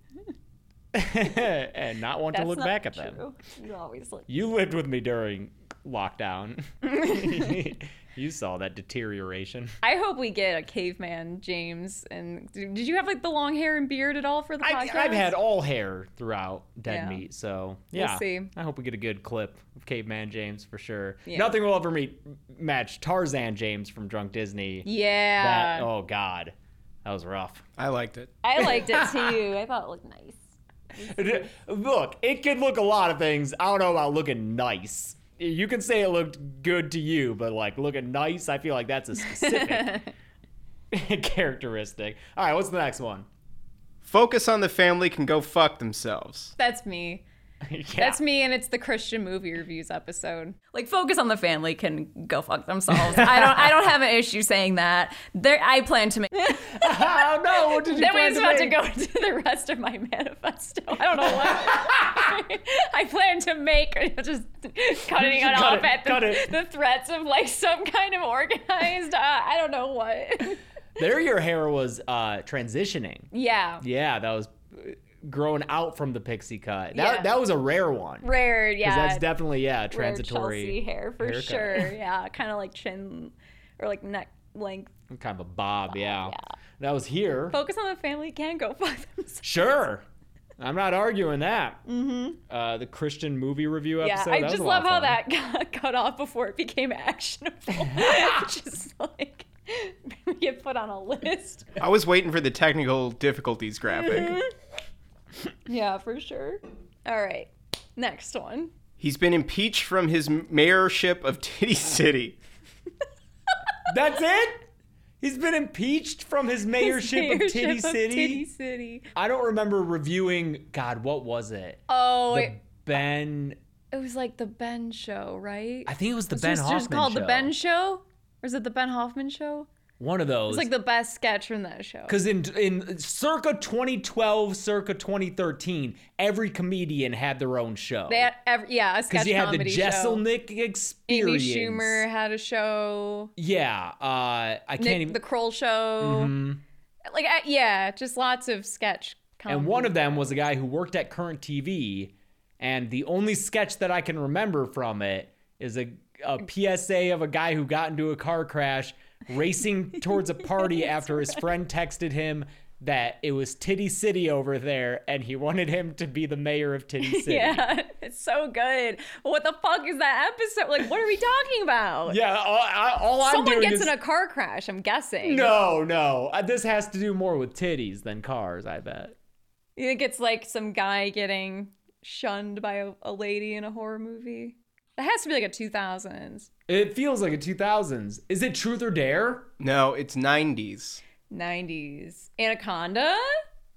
Speaker 5: <laughs> and not want to look back at them.
Speaker 4: You always look.
Speaker 5: You lived with me during
Speaker 4: <laughs>
Speaker 5: lockdown. <laughs> you saw that deterioration.
Speaker 4: I hope we get a caveman James. And did you have like the long hair and beard at all for the
Speaker 5: I,
Speaker 4: podcast?
Speaker 5: I've had all hair throughout Dead
Speaker 4: Yeah.
Speaker 5: Meat, so yeah.
Speaker 4: see.
Speaker 5: I hope we get a good clip of Caveman James for sure.
Speaker 4: Yeah.
Speaker 5: Nothing will ever meet, match Tarzan James from Drunk Disney.
Speaker 4: Yeah.
Speaker 5: That, oh God, that was rough.
Speaker 6: I liked it.
Speaker 4: I liked <laughs> it too. I thought it looked nice.
Speaker 5: Look, it could look a lot of things. I don't know about looking nice. You can say it looked good to you, but like looking nice, I feel like that's a specific
Speaker 4: <laughs>
Speaker 5: characteristic. All right, what's the next one? <laughs>
Speaker 6: Focus on the family can go fuck themselves.
Speaker 4: That's me.
Speaker 5: Yeah. <laughs>
Speaker 4: That's me, and it's the Christian movie reviews episode. Like, focus on the family can go fuck themselves. I don't. I don't have an issue saying that. There, I plan to make.
Speaker 5: oh no! What did
Speaker 4: <laughs>
Speaker 5: you
Speaker 4: Then we
Speaker 5: plan
Speaker 4: was
Speaker 5: to
Speaker 4: about to
Speaker 5: make?
Speaker 4: go <laughs> into the rest of my manifesto. I don't know what. <laughs> I plan to make <laughs> just cutting it
Speaker 5: Cut
Speaker 4: off
Speaker 5: it,
Speaker 4: at
Speaker 5: cut
Speaker 4: the,
Speaker 5: it.
Speaker 4: the threats of like some kind of organized. Uh, I don't know what. <laughs>
Speaker 5: There, your hair was uh, transitioning.
Speaker 4: yeah.
Speaker 5: Yeah, that was uh, growing out from the pixie cut. That
Speaker 4: Yeah.
Speaker 5: that was a rare one. Because
Speaker 4: Rare. Yeah.
Speaker 5: that's definitely yeah
Speaker 4: rare
Speaker 5: transitory.
Speaker 4: Chelsea hair for
Speaker 5: haircut. <laughs>
Speaker 4: sure. Yeah, kind of like chin or like neck length.
Speaker 5: Kind of a bob,
Speaker 4: Oh,
Speaker 5: yeah. That was here.
Speaker 4: Focus on the family can go <laughs> fuck themselves.
Speaker 5: Sure. I'm not arguing that. Mm-hmm. Uh, the Christian movie review
Speaker 4: Yeah,
Speaker 5: episode.
Speaker 4: I
Speaker 5: that was
Speaker 4: just
Speaker 5: a lot
Speaker 4: love
Speaker 5: of
Speaker 4: how
Speaker 5: fun.
Speaker 4: that got <laughs> cut off before it became <laughs>
Speaker 5: <laughs>
Speaker 4: actionable. just like <laughs> get put on a
Speaker 5: <laughs>
Speaker 4: list.
Speaker 6: I was waiting for the technical difficulties <laughs> graphic.
Speaker 4: Yeah, for sure. All right, next one.
Speaker 6: He's been impeached from his mayorship of Titty City.
Speaker 4: <laughs>
Speaker 5: That's it. He's been impeached from his mayorship,
Speaker 4: <laughs>
Speaker 5: of Titty
Speaker 4: Mayorship of
Speaker 5: City.
Speaker 4: Titty City.
Speaker 5: I don't remember reviewing. God, what was it?
Speaker 4: Oh,
Speaker 5: The
Speaker 4: it,
Speaker 5: Ben.
Speaker 4: it was like the Ben Show, right?
Speaker 5: I think it was the
Speaker 4: It's
Speaker 5: Ben
Speaker 4: just,
Speaker 5: Hoffman
Speaker 4: just called
Speaker 5: show.
Speaker 4: the Ben Show, or is it the Ben Hoffman Show?
Speaker 5: One of those.
Speaker 4: It's like the best sketch from that show.
Speaker 5: Because in in circa 2012, circa 2013, every comedian had their own show.
Speaker 4: They had every, yeah, a sketch
Speaker 5: you had the
Speaker 4: comedy show.
Speaker 5: Jesselnick
Speaker 4: Amy
Speaker 5: experience.
Speaker 4: Schumer had a show.
Speaker 5: Yeah, uh, I can't
Speaker 4: Nick,
Speaker 5: even. Mm-hmm.
Speaker 4: The Kroll Show. Like, I, yeah, just lots of sketch comedy.
Speaker 5: and one of them was a guy who worked at Current TV, and the only sketch that I can remember from it is a,
Speaker 4: <laughs>
Speaker 5: a PSA of a guy who got into a car crash
Speaker 4: <laughs>
Speaker 5: racing towards a party after his friend texted him that it was Titty City over there, and he wanted him to be the mayor
Speaker 4: <laughs>
Speaker 5: of Titty City.
Speaker 4: <laughs> Yeah, it's so good. What the fuck is that episode? Like, what are we talking about?
Speaker 5: Yeah, all, I, all I'm
Speaker 4: Someone
Speaker 5: doing
Speaker 4: gets
Speaker 5: is
Speaker 4: in a car crash, I'm guessing.
Speaker 5: <laughs> no, no. Uh, This has to do more with titties than cars, I bet.
Speaker 4: You think it's like some guy getting shunned by a, a lady in a horror movie? That has to be like a 2000s,
Speaker 5: It feels like a 2000s. Is it Truth or Dare?
Speaker 6: No, it's 90s.
Speaker 4: 90s. Anaconda? <gasps>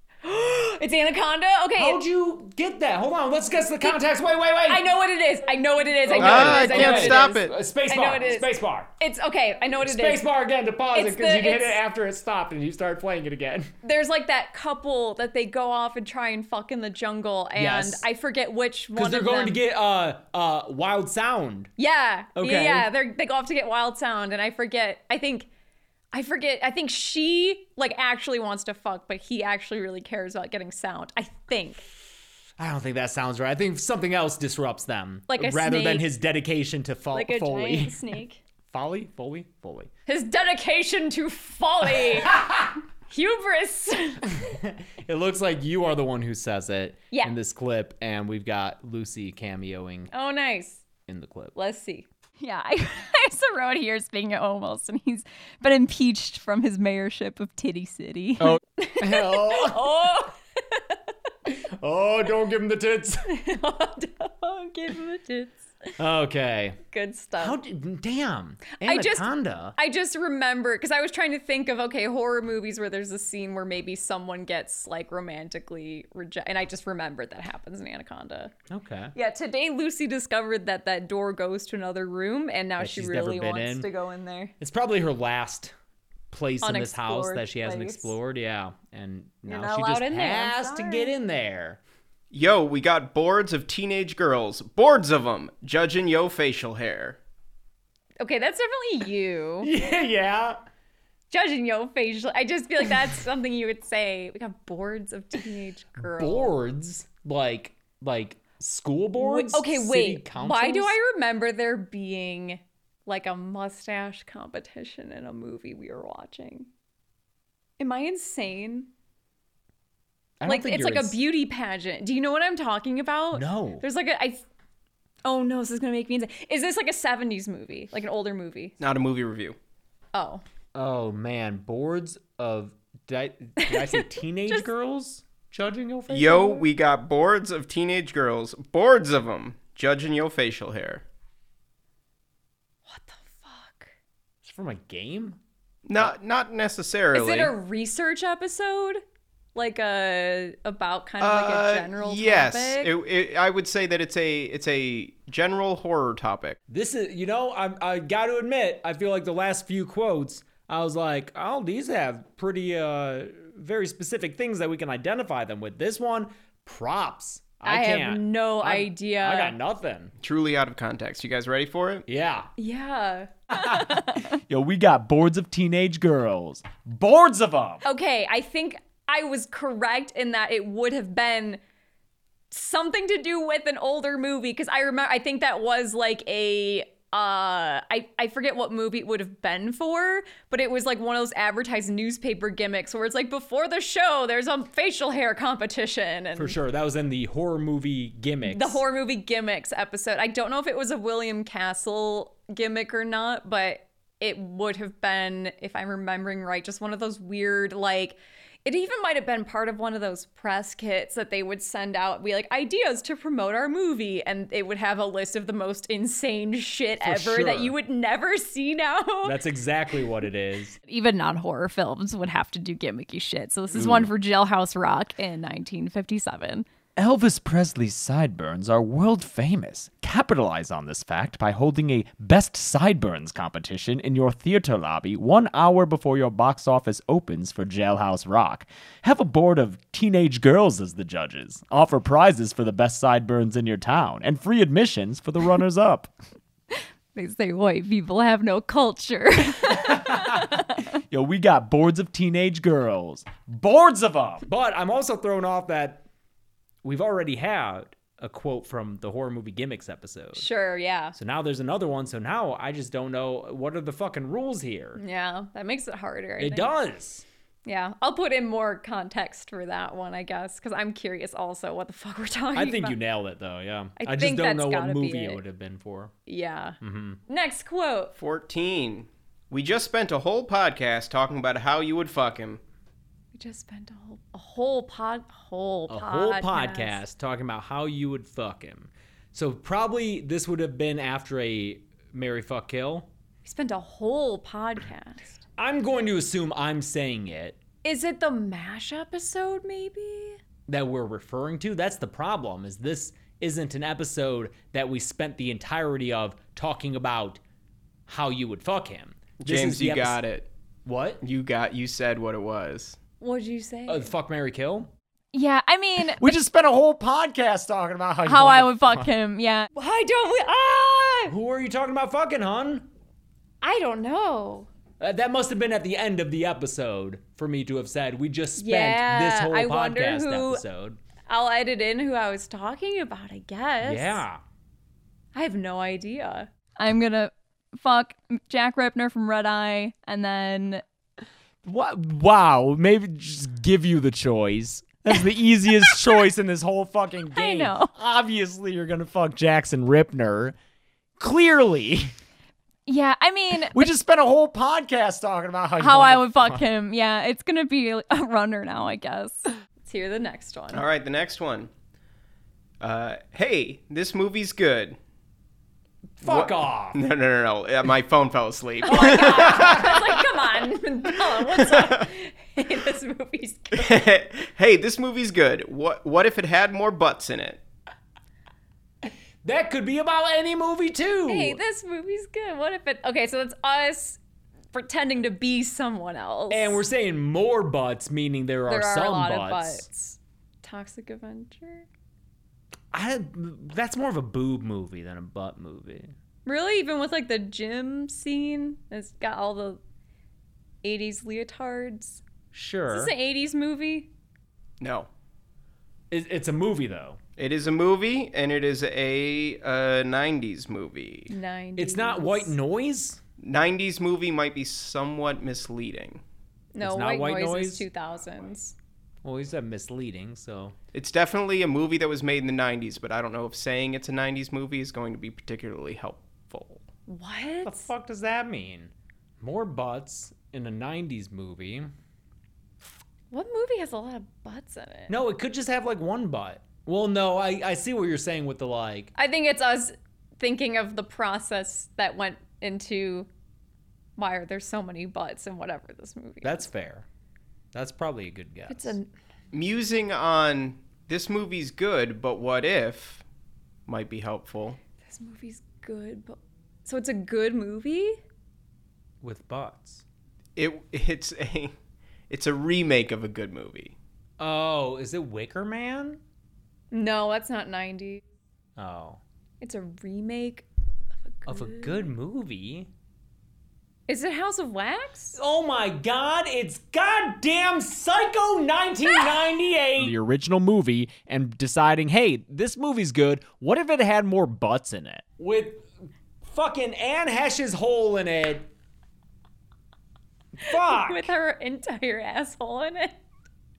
Speaker 4: it's Anaconda? Okay.
Speaker 5: How'd you get that? Hold on, let's guess the context. Wait, wait, wait.
Speaker 4: I know what it is. I know what it is. I know
Speaker 6: Ah, I
Speaker 4: what it is. know
Speaker 6: can't
Speaker 4: what
Speaker 6: stop
Speaker 4: is.
Speaker 6: it.
Speaker 5: Uh, space
Speaker 4: I know
Speaker 5: bar.
Speaker 4: it is.
Speaker 5: Space bar.
Speaker 4: It's okay. I know what it is.
Speaker 5: Space bar again to pause
Speaker 4: It's
Speaker 5: it because
Speaker 4: the-
Speaker 5: you hit it
Speaker 4: it's-
Speaker 5: after it stopped and you started playing it
Speaker 4: <laughs>
Speaker 5: again.
Speaker 4: There's like that couple that they go off and try and fuck in the jungle, and
Speaker 5: Yes.
Speaker 4: I forget which one.
Speaker 5: Because they're
Speaker 4: of
Speaker 5: going
Speaker 4: them.
Speaker 5: to get uh uh Wild Sound.
Speaker 4: Yeah.
Speaker 5: Okay.
Speaker 4: Okay. Yeah, they're, they go off to get Wild Sound, and I forget. I think. I forget. I think she like actually wants to fuck, but he actually really cares about getting sound. I think.
Speaker 5: I don't think that sounds right. I think something else disrupts them.
Speaker 4: Like a
Speaker 5: rather than
Speaker 4: snake.
Speaker 5: his dedication to fo-
Speaker 4: Like a
Speaker 5: Foley. <laughs>
Speaker 4: giant snake.
Speaker 5: Foley? Foley? Foley.
Speaker 4: His dedication to
Speaker 5: <laughs>
Speaker 4: folly. Hubris.
Speaker 5: It looks like you are the one who says it
Speaker 4: Yeah.
Speaker 5: in this clip, and we've got Lucy cameoing
Speaker 4: Oh, nice.
Speaker 5: in the
Speaker 4: <laughs>
Speaker 5: clip. <laughs>
Speaker 4: Let's see.
Speaker 8: Yeah, <laughs> I, I also wrote here, speaking of almost, and he's been impeached
Speaker 4: <laughs>
Speaker 8: from <laughs> his mayorship of Titty City.
Speaker 5: Oh,
Speaker 4: Oh.
Speaker 5: Oh, don't give him
Speaker 4: <laughs>
Speaker 5: the tits.
Speaker 4: Don't give him the tits.
Speaker 5: Okay.
Speaker 4: Good stuff.
Speaker 7: How did, damn.
Speaker 4: Uh, I just-
Speaker 7: Anaconda.
Speaker 4: I just remember because I was trying to think of okay horror movies where there's a scene where maybe someone gets like romantically rejected, and I just remembered that happens in Anaconda.
Speaker 7: okay.
Speaker 4: Yeah, today Lucy discovered that that door goes to another room, and now
Speaker 7: That
Speaker 4: she
Speaker 7: she's never
Speaker 4: really
Speaker 7: been
Speaker 4: wants
Speaker 7: in.
Speaker 4: to go in there.
Speaker 7: It's probably her last place in this house
Speaker 4: Unexplored
Speaker 7: that she hasn't
Speaker 4: place.
Speaker 7: explored. Yeah. And now
Speaker 4: not
Speaker 7: she just
Speaker 4: allowed in there, I'm
Speaker 7: has to get in there. <laughs>
Speaker 6: Yo, we got boards of teenage girls. Boards of them. Judging yo facial hair.
Speaker 4: Okay, that's definitely <laughs> you
Speaker 7: Yeah, yeah.
Speaker 4: judging your facial. I just feel like that's something you would say. We got boards of teenage girls.
Speaker 7: Boards like like school boards.
Speaker 4: Okay,
Speaker 7: City
Speaker 4: wait. Why do
Speaker 7: councils?
Speaker 4: I remember there being like a mustache competition in a movie we were watching? Am I insane?
Speaker 7: I don't
Speaker 4: Like
Speaker 7: think
Speaker 4: it's
Speaker 7: you're
Speaker 4: like a
Speaker 7: ins-
Speaker 4: beauty pageant. Do you know what I'm talking about?
Speaker 7: No.
Speaker 4: There's like a I Oh no, this is going to make me insane. Is this like a 70s movie? Like an older movie?
Speaker 6: Not a movie review.
Speaker 4: Oh.
Speaker 7: Oh man, boards of did I, did I
Speaker 4: <laughs>
Speaker 7: say teenage girls judging your face?
Speaker 6: Yo, we got boards of teenage girls. Boards of them. Judging yo facial hair.
Speaker 4: What the fuck?
Speaker 7: It's from a game.
Speaker 6: Not not
Speaker 4: Is
Speaker 6: necessarily.
Speaker 4: it a research episode? Like a about kind of like
Speaker 6: Uh,
Speaker 4: a general
Speaker 6: yes,
Speaker 4: topic?
Speaker 6: It, it, I would say that it's a it's a general horror topic.
Speaker 5: This is, you know, I'm, I got to admit, I feel like the last few quotes, I was like, oh, these have pretty, uh, very specific things that we can identify them with. This one, props. I,
Speaker 4: I have
Speaker 5: can't.
Speaker 4: no
Speaker 5: I'm-
Speaker 4: idea.
Speaker 5: I got nothing.
Speaker 6: Truly out of context. You guys ready for it?
Speaker 5: Yeah.
Speaker 4: yeah.
Speaker 7: Yo, we got boards of teenage girls. Boards of them.
Speaker 4: okay, I think I was correct in that it would have been something to do with an older movie because I remember I think that was like a uh I, I forget what movie it would have been for, but it was like one of those advertised newspaper gimmicks where it's like before the show there's a facial hair competition and
Speaker 5: For sure. That was in the horror movie gimmicks.
Speaker 4: the horror movie gimmicks episode. I don't know if it was a William Castle gimmick or not, but it would have been, if I'm remembering right, just one of those weird like. It even might have been part of one of those press kits that they would send out. We like ideas to promote our movie, and it would have a list of the most insane shit ever
Speaker 5: sure.
Speaker 4: that you would never see now. <laughs>
Speaker 5: That's exactly what it is.
Speaker 8: Even non horror films would have to do gimmicky shit. So this is
Speaker 5: Mm.
Speaker 8: one for Jailhouse Rock in 1957.
Speaker 7: Elvis Presley's sideburns are world famous. Capitalize on this fact by holding a best sideburns competition in your theater lobby one hour before your box office opens for Jailhouse Rock. Have a board of teenage girls as the judges. Offer prizes for the best sideburns in your town and free admissions for the runners up.
Speaker 5: <laughs>
Speaker 8: They say white people have no culture.
Speaker 7: Yo, we got boards of teenage girls. Boards of them!
Speaker 5: But I'm also thrown off that we've already had a quote from the horror movie gimmicks episode.
Speaker 4: sure, yeah,
Speaker 5: So now there's another one. So now I just don't know what are the fucking rules here.
Speaker 4: yeah. That makes it harder. I
Speaker 5: It
Speaker 4: think.
Speaker 5: does.
Speaker 4: Yeah, I'll put in more context for that one, I guess, because I'm curious also what the <laughs> fuck we're talking about.
Speaker 5: I think you nailed it though. Yeah.
Speaker 4: I
Speaker 5: I, just
Speaker 4: think
Speaker 5: don't
Speaker 4: that's
Speaker 5: know what
Speaker 4: gotta be
Speaker 5: movie it.
Speaker 4: it.
Speaker 5: would have been for.
Speaker 4: Yeah.
Speaker 5: Mm-hmm.
Speaker 4: Next quote.
Speaker 6: 14. We just spent a whole podcast talking about how you would fuck him.
Speaker 4: We just spent a whole a whole pod whole
Speaker 5: A whole podcast talking about how you would fuck him. So probably this would have been after a Mary Fuck Kill.
Speaker 4: We spent a whole podcast.
Speaker 5: I'm going to assume I'm saying it
Speaker 4: Is it the mash episode? Maybe.
Speaker 5: that we're referring to. That's the problem. Is this isn't an episode that we spent the entirety of talking about how you would fuck him. This is
Speaker 6: James,
Speaker 5: the
Speaker 6: you
Speaker 5: episode-
Speaker 6: got it.
Speaker 5: What?
Speaker 6: You got you said what it was.
Speaker 4: What'd you say?
Speaker 5: Uh, fuck Mary Kill?
Speaker 8: yeah, I <laughs> mean,
Speaker 7: We just spent a whole podcast talking about how you
Speaker 8: how
Speaker 7: wanna
Speaker 8: I would fuck him. Yeah.
Speaker 4: Why don't we? Ah!
Speaker 5: Who are you talking about fucking, hon?
Speaker 4: I don't know.
Speaker 5: Uh, that must have been at the end of the episode for me to have said we just spent this
Speaker 4: Yeah,
Speaker 5: whole
Speaker 4: I wonder
Speaker 5: podcast
Speaker 4: who-
Speaker 5: episode.
Speaker 4: I'll edit in who I was talking about. I guess.
Speaker 5: Yeah.
Speaker 4: I have no idea.
Speaker 8: I'm going to fuck Jack Ripner from Red Eye and then
Speaker 7: What? Wow. Maybe just give you the choice. That's the
Speaker 4: <laughs>
Speaker 7: easiest choice in this whole fucking game.
Speaker 8: know.
Speaker 7: Obviously, you're gonna fuck Jackson Ripner. Clearly,
Speaker 8: yeah, I <laughs> mean,
Speaker 7: we just spent a whole podcast talking about how you
Speaker 8: how I
Speaker 7: wanna-
Speaker 8: would fuck him. Yeah, it's going to be a runner now, I guess.
Speaker 4: Let's hear the next one.
Speaker 6: All right, the next one. Uh, hey, this movie's good. <laughs>
Speaker 5: Fuck off.
Speaker 6: No, no, no, no. Uh, My phone fell asleep. <laughs>
Speaker 4: It's like, come on, <laughs> Bella, what's up? <laughs> hey, this movie's good.
Speaker 6: hey, this movie's good. What what if it had more butts in it?
Speaker 5: That could be about any movie too.
Speaker 4: Hey, this movie's good. What if it? Okay, so that's us pretending to be someone else.
Speaker 5: and we're saying more butts, meaning there are,
Speaker 4: there are
Speaker 5: some
Speaker 4: a lot
Speaker 5: butts.
Speaker 4: of butts. Toxic Avenger.
Speaker 5: I, that's more of a boob movie than a butt movie.
Speaker 4: Really, even with like the gym scene, it's got all the '80s leotards.
Speaker 5: Sure.
Speaker 4: Is this an '80s movie?
Speaker 6: No.
Speaker 5: It- it's a movie though.
Speaker 6: It is a movie and it is a uh, 90s movie.
Speaker 4: Nine.
Speaker 5: It's not white noise.
Speaker 6: 90s movie might be somewhat misleading.
Speaker 4: No,
Speaker 5: It's not
Speaker 4: white,
Speaker 5: White
Speaker 4: noise,
Speaker 5: Noise?
Speaker 4: is 2000s.
Speaker 5: Well, he said misleading, so
Speaker 6: It's definitely a movie that was made in the 90s, but I don't know if saying it's a 90s movie is going to be particularly helpful.
Speaker 4: What?
Speaker 5: the fuck does that mean? More butts in a '90s movie?
Speaker 4: What movie has a lot of butts in it?
Speaker 5: No, it could just have like one butt. Well, no, I, I see what you're saying with the like.
Speaker 4: I think it's us thinking of the process that went into why are there so many butts in whatever this movie.
Speaker 5: That's fair. That's probably a good guess.
Speaker 4: it's a
Speaker 6: Musing on this movie's good, but what if might be helpful.
Speaker 4: this movie's good, but so it's a good movie.
Speaker 5: with butts.
Speaker 6: It it's a it's a remake of a good movie.
Speaker 5: Oh, is it Wicker Man?
Speaker 4: No, that's not 90.
Speaker 5: Oh,
Speaker 4: It's a remake.
Speaker 5: of a good movie.
Speaker 4: Is it House of Wax?
Speaker 5: Oh my God! It's goddamn Psycho 1998.
Speaker 7: the original movie and deciding, hey, this movie's good. What if it had more butts in it?
Speaker 5: with fucking Anne Hesh's hole in it. Fuck,
Speaker 4: With her entire asshole in it.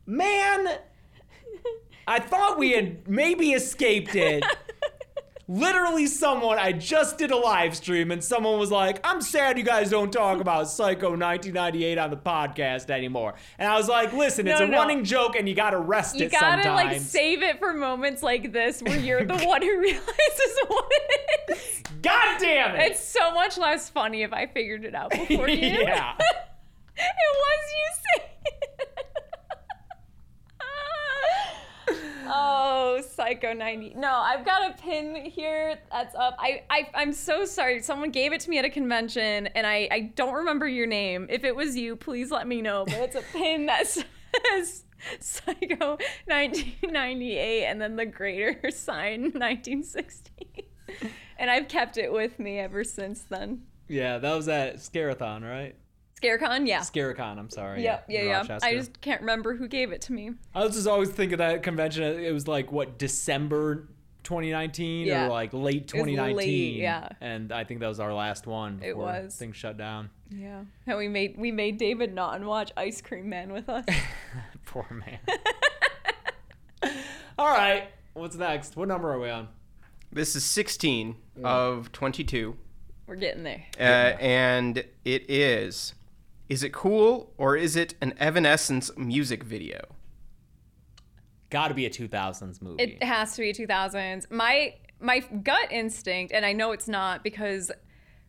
Speaker 5: man. I thought we had maybe escaped it. Literally, someone, I just did a live stream and someone was like, I'm sad you guys don't talk about Psycho 1998 on the podcast anymore. And I was like, listen, it's
Speaker 4: No,
Speaker 5: a
Speaker 4: no.
Speaker 5: running joke and you gotta rest
Speaker 4: You
Speaker 5: it
Speaker 4: gotta
Speaker 5: sometimes.
Speaker 4: like save it for moments like this where you're the one who <laughs> realizes what it is.
Speaker 5: God damn it!
Speaker 4: It's so much less funny if I figured it out before you.
Speaker 5: yeah.
Speaker 4: <laughs> It was you saying. <laughs> oh, Psycho 90. No, I've got a pin here that's up. I, I, I'm so sorry. Someone gave it to me at a convention, and I, I don't remember your name. If it was you, please let me know. But it's a pin that <laughs> says Psycho 1998 and then the greater <laughs> sign 1960. And I've kept it with me ever since then.
Speaker 5: Yeah, that was at Scarathon, right?
Speaker 4: Scarecon, yeah.
Speaker 5: Scaracon, I'm sorry.
Speaker 4: Yep, yeah,
Speaker 5: in
Speaker 4: yeah. I
Speaker 5: Rochester.
Speaker 4: just can't remember who gave it to me.
Speaker 5: I was just always thinking that convention. It was like what December 2019
Speaker 4: Yeah.
Speaker 5: or like late
Speaker 4: was late,
Speaker 5: 2019.
Speaker 4: yeah.
Speaker 5: And I think that was our last one.
Speaker 4: It
Speaker 5: before
Speaker 4: was.
Speaker 5: Things shut down.
Speaker 4: <laughs> Yeah. And we made we made David Naughton watch Ice Cream Man with
Speaker 5: <laughs>
Speaker 4: us.
Speaker 5: Poor man. <laughs> All right. What's next? What number are we on?
Speaker 6: This is 16
Speaker 4: Mm.
Speaker 6: of 22.
Speaker 4: We're getting there.
Speaker 6: Uh, and it is is it cool or is it an evanescence music video
Speaker 5: Got to be a 2000s movie.
Speaker 4: It has to be 2000s. My my gut instinct, and I know it's not because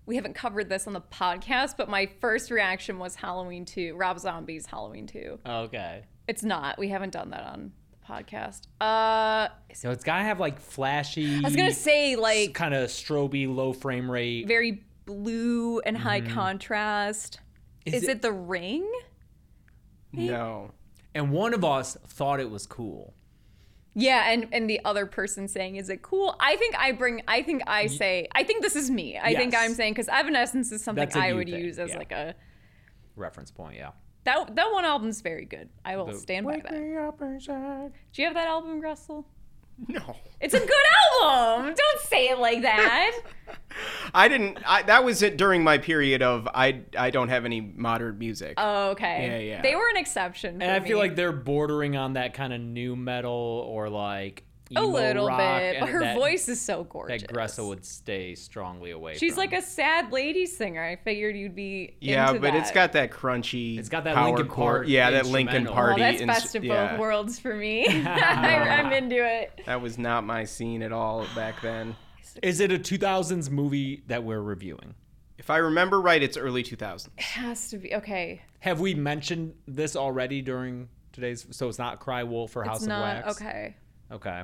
Speaker 4: we haven't covered this on the podcast, but my first reaction was Halloween 2, Rob Zombie's Halloween 2.
Speaker 5: okay.
Speaker 4: It's not. We haven't done that on the podcast. Uh, I
Speaker 5: So it's got to have like flashy.
Speaker 4: was gonna say like
Speaker 5: kind of stroby, low frame rate.
Speaker 4: very blue and high contrast. Is,
Speaker 5: Mm-hmm. it-
Speaker 4: it The Ring? Eh.
Speaker 6: no
Speaker 5: and one of us thought it was cool.
Speaker 4: Yeah, and and the other person saying, "Is it cool?" I think I bring. I think I say. I think this is me. I think
Speaker 5: Yes.
Speaker 4: I'm saying because Evanescence is something
Speaker 5: That's a
Speaker 4: I
Speaker 5: you
Speaker 4: would
Speaker 5: thing,
Speaker 4: use as
Speaker 5: yeah.
Speaker 4: like a
Speaker 5: Reference point, yeah.
Speaker 4: that that one album's very good. I will stand by that. Do you have that album, Russell?
Speaker 6: no
Speaker 4: It's a good
Speaker 5: <laughs>
Speaker 4: album. Don't say it like that.
Speaker 6: i didn't I, that was it during my period of i i don't have any modern music
Speaker 4: Oh, okay.
Speaker 6: Yeah, yeah.
Speaker 4: They were an exception.
Speaker 5: And I feel like they're bordering on that kind of new metal or like
Speaker 4: a
Speaker 5: emo
Speaker 4: little
Speaker 5: rock,
Speaker 4: bit, but
Speaker 5: and
Speaker 4: her
Speaker 5: that-
Speaker 4: voice is so gorgeous.
Speaker 5: that Gressa would stay strongly away.
Speaker 4: She's
Speaker 5: from.
Speaker 4: like a sad lady singer. I figured you'd be.
Speaker 6: Yeah,
Speaker 4: into
Speaker 6: but
Speaker 4: that.
Speaker 6: it's got that crunchy.
Speaker 5: It's got that
Speaker 6: power
Speaker 5: Linkin
Speaker 6: chord.
Speaker 5: Park
Speaker 6: Yeah, that Lincoln
Speaker 5: instrumental.
Speaker 4: Well,
Speaker 6: Party.
Speaker 4: Oh, that's
Speaker 6: ins-
Speaker 4: best of
Speaker 6: yeah.
Speaker 4: both worlds for
Speaker 5: <laughs>
Speaker 4: me. <laughs> I, I'm into it.
Speaker 6: That was not my scene at all back then.
Speaker 5: Is it a 2000s movie that we're reviewing?
Speaker 6: If I remember right, it's early 2000s.
Speaker 4: Has to be okay.
Speaker 5: Have we mentioned this already during today's? So it's not Cry Wolf or House
Speaker 4: it's not
Speaker 5: of Wax.
Speaker 4: okay.
Speaker 5: Okay.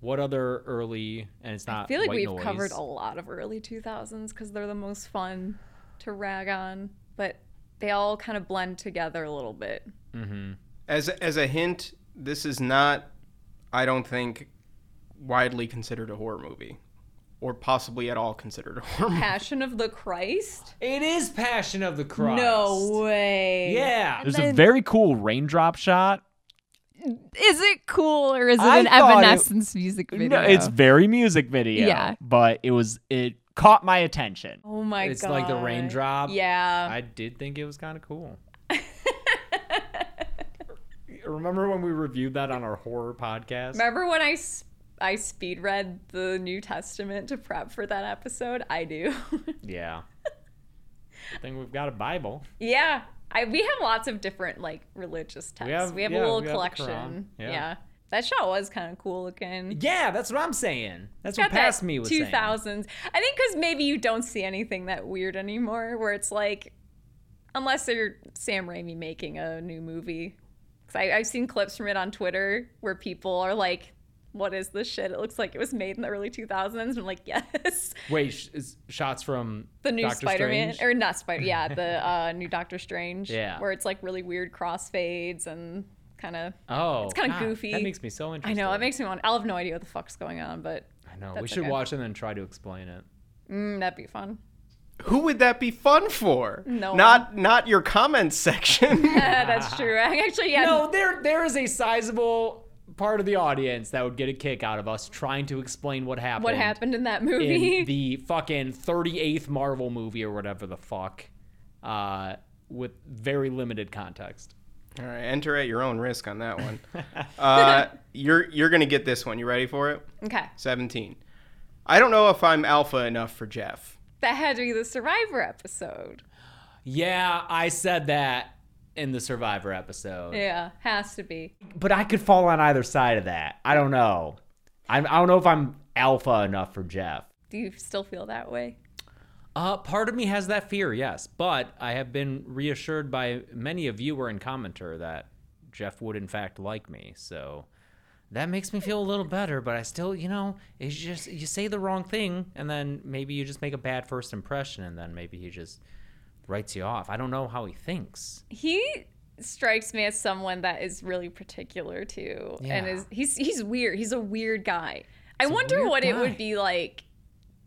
Speaker 5: What other early and it's not.
Speaker 4: I feel like
Speaker 5: White
Speaker 4: we've
Speaker 5: Noise.
Speaker 4: covered a lot of early 2000s because they're the most fun to rag on, but they all kind of blend together a little bit.
Speaker 6: As as a hint, this is not, I don't think, widely considered a horror movie, or possibly at all considered a <laughs> horror movie.
Speaker 4: Passion of the Christ?
Speaker 5: It is Passion of the Christ.
Speaker 4: No way.
Speaker 5: Yeah.
Speaker 7: There's a very cool raindrop shot.
Speaker 8: Is it cool or is it
Speaker 7: I
Speaker 8: an
Speaker 7: thought it-
Speaker 8: Evanescence music video?
Speaker 7: No, it's very music video.
Speaker 8: Yeah.
Speaker 7: But it was it caught my attention.
Speaker 4: Oh my
Speaker 5: It's
Speaker 4: god.
Speaker 5: like the raindrop.
Speaker 4: Yeah.
Speaker 5: I did think it was kind of cool. Remember when we reviewed that on our horror
Speaker 4: <laughs>
Speaker 5: podcast?
Speaker 4: Remember when I s- I speed read the New Testament to prep for that episode? I do. <laughs>
Speaker 5: Yeah. <laughs> I think we've got a Bible.
Speaker 4: yeah. I, we have lots of different like religious texts. We have,
Speaker 5: have- yeah,
Speaker 4: a little
Speaker 5: we have the Quran.
Speaker 4: collection.
Speaker 5: Yeah.
Speaker 4: Yeah. That shot was kind of cool looking.
Speaker 5: Yeah, that's what I'm saying. That's
Speaker 4: got
Speaker 5: what past
Speaker 4: that
Speaker 5: me was saying.
Speaker 4: 2000s. I think because maybe you don't see anything that weird anymore, where it's like, unless they're Sam Raimi making a new movie. Because I've seen clips from it on Twitter where people are like, what is this shit? It looks like it was made in the early 2000s. And I'm like, <laughs> yes.
Speaker 5: Wait, sh- is shots from
Speaker 4: The new
Speaker 5: Doctor
Speaker 4: Spider Man,
Speaker 5: Strange?
Speaker 4: or not Spider
Speaker 5: <laughs>
Speaker 4: yeah, the uh, new Doctor Strange.
Speaker 5: Yeah.
Speaker 4: Where it's like really weird crossfades and kind of.
Speaker 5: oh,
Speaker 4: it's kinda
Speaker 5: God,
Speaker 4: goofy.
Speaker 5: That makes me so
Speaker 4: I
Speaker 5: interested.
Speaker 4: know, it makes me want. I'll have no idea what the fuck's going on, but
Speaker 5: I know. we
Speaker 4: that's
Speaker 5: should
Speaker 4: okay.
Speaker 5: watch it and then try to explain it.
Speaker 4: mm, that'd be fun.
Speaker 6: Who would that be fun for?
Speaker 4: No
Speaker 6: Not not your comments
Speaker 5: <laughs>
Speaker 6: section. <laughs>
Speaker 4: that's true. I actually, yeah. <laughs>
Speaker 5: No, there there is a sizable part of the audience that would get a kick out of us trying to explain what happened.
Speaker 4: what happened in that movie. <laughs>
Speaker 5: in the fucking 38th Marvel movie or whatever the fuck, uh, with very limited context.
Speaker 6: all right, enter at your own risk on that one. Uh, you're you're gonna get this one. You ready for it?
Speaker 4: okay.
Speaker 6: 17. I don't know if I'm alpha enough for Jeff.
Speaker 4: That had to be the Survivor episode.
Speaker 5: Yeah, I said that in the Survivor episode.
Speaker 4: Yeah, has to be.
Speaker 5: But I could fall on either side of that. I don't know. I'm, I don't know if I'm alpha enough for Jeff.
Speaker 4: Do you still feel that way?
Speaker 5: Uh, part of me has that fear, yes, but I have been reassured by many a viewer and commenter that Jeff would, in fact, like me. So that makes me feel a little better. But I still, you know, it's just you say the wrong thing, and then maybe you just make a bad first impression, and then maybe he just writes you off. I don't know how he thinks.
Speaker 4: He strikes me as someone that is really particular too, and
Speaker 5: Yeah.
Speaker 4: is he's he's weird. He's a weird guy. I wonder
Speaker 5: weird
Speaker 4: what it
Speaker 5: guy.
Speaker 4: would be like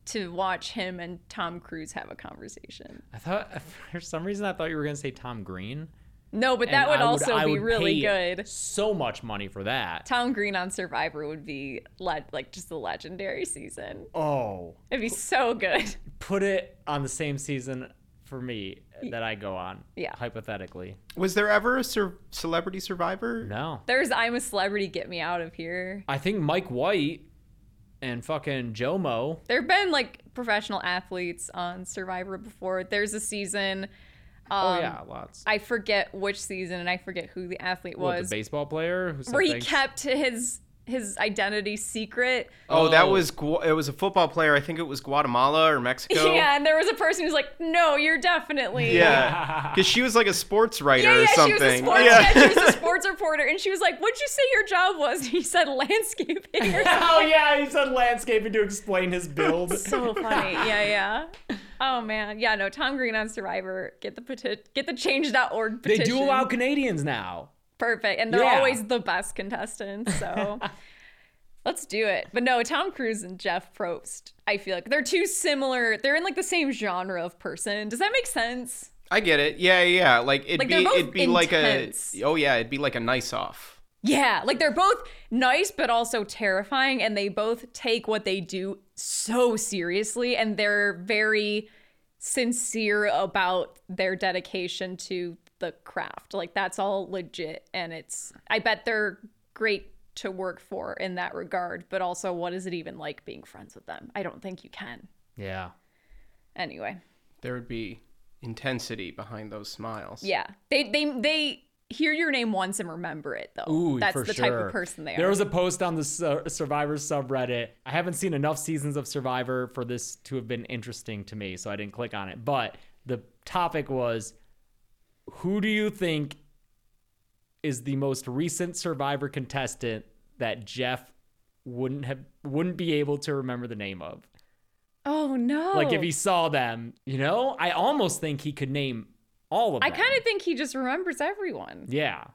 Speaker 4: to watch him and Tom Cruise have a conversation.
Speaker 5: I thought <laughs> for some reason I thought you were gonna say Tom Green.
Speaker 4: No, but
Speaker 5: and
Speaker 4: that would
Speaker 5: I
Speaker 4: also
Speaker 5: I
Speaker 4: be
Speaker 5: would
Speaker 4: really
Speaker 5: pay
Speaker 4: good.
Speaker 5: So much money for that.
Speaker 4: Tom Green on Survivor would be le- like just the legendary season.
Speaker 5: Oh.
Speaker 4: It'd be so good. <laughs>
Speaker 5: put it on the same season for me that I go on.
Speaker 4: Yeah.
Speaker 5: Hypothetically.
Speaker 6: Was there ever a sur- celebrity survivor?
Speaker 5: No.
Speaker 4: There's I'm a celebrity, get me out of here.
Speaker 5: I think Mike White and fucking Jomo.
Speaker 4: There have been like professional athletes on Survivor before. There's a season.
Speaker 5: Oh
Speaker 4: um,
Speaker 5: yeah, lots.
Speaker 4: I forget which season and I forget who the athlete
Speaker 5: What,
Speaker 4: was.
Speaker 5: the baseball player who said
Speaker 4: where he
Speaker 5: thanks- <laughs>
Speaker 4: kept his his identity secret.
Speaker 6: Oh, that
Speaker 5: Oh.
Speaker 6: was Gu- it was a football player. I think it was Guatemala or
Speaker 4: <laughs>
Speaker 6: Mexico.
Speaker 4: Yeah, and there was a person who's like, "No, you're definitely."
Speaker 5: <laughs>
Speaker 6: Yeah, because she was like a sports writer
Speaker 4: Yeah,
Speaker 6: or
Speaker 4: yeah, she
Speaker 6: something.
Speaker 4: was a sports
Speaker 6: yeah.
Speaker 4: she
Speaker 6: <laughs>
Speaker 4: was a sports reporter, and she was like, "What'd you say your job was?" <laughs> And he said landscaping. Or
Speaker 5: <laughs>
Speaker 4: something.
Speaker 5: Oh yeah, he said landscaping to explain his
Speaker 4: <laughs>
Speaker 5: build.
Speaker 4: so funny. Yeah, yeah. Oh man, yeah. No, Tom Green on Survivor. Get the peti- get the Change.org
Speaker 5: they
Speaker 4: petition.
Speaker 5: do allow Canadians now.
Speaker 4: Perfect. And they're
Speaker 5: Yeah.
Speaker 4: always the best contestants. So let's do it. But no, Tom Cruise and Jeff Probst, I feel like they're too similar. They're in like the same genre of person. Does that make sense?
Speaker 6: I get it. Yeah, yeah. Like it'd
Speaker 4: Like,
Speaker 6: be
Speaker 4: they're both
Speaker 6: it'd be
Speaker 4: intense.
Speaker 6: like a oh yeah, it'd be like a nice off.
Speaker 4: Yeah. Like they're both nice, but also terrifying. And they both take what they do so seriously. And they're very sincere about their dedication to the craft. Like that's all legit. And it's, I bet they're great to work for in that regard, but also what is it even like being friends with them? I don't think you can.
Speaker 5: Yeah.
Speaker 4: Anyway,
Speaker 6: There would be intensity behind those smiles.
Speaker 4: yeah, they they they hear your name once and remember it though.
Speaker 5: Ooh,
Speaker 4: That's
Speaker 5: for
Speaker 4: the
Speaker 5: sure.
Speaker 4: type of person they
Speaker 5: There
Speaker 4: are.
Speaker 5: was a post on the Sur- Survivor subreddit. I haven't seen enough seasons of Survivor for this to have been interesting to me, so I didn't click on it. But the topic was who do you think is the most recent Survivor contestant that Jeff wouldn't have wouldn't be able to remember the name of?
Speaker 4: oh no!
Speaker 5: Like if he saw them, you know? I almost think he could name all of
Speaker 4: I
Speaker 5: them.
Speaker 4: kind of think he just remembers everyone.
Speaker 5: Yeah.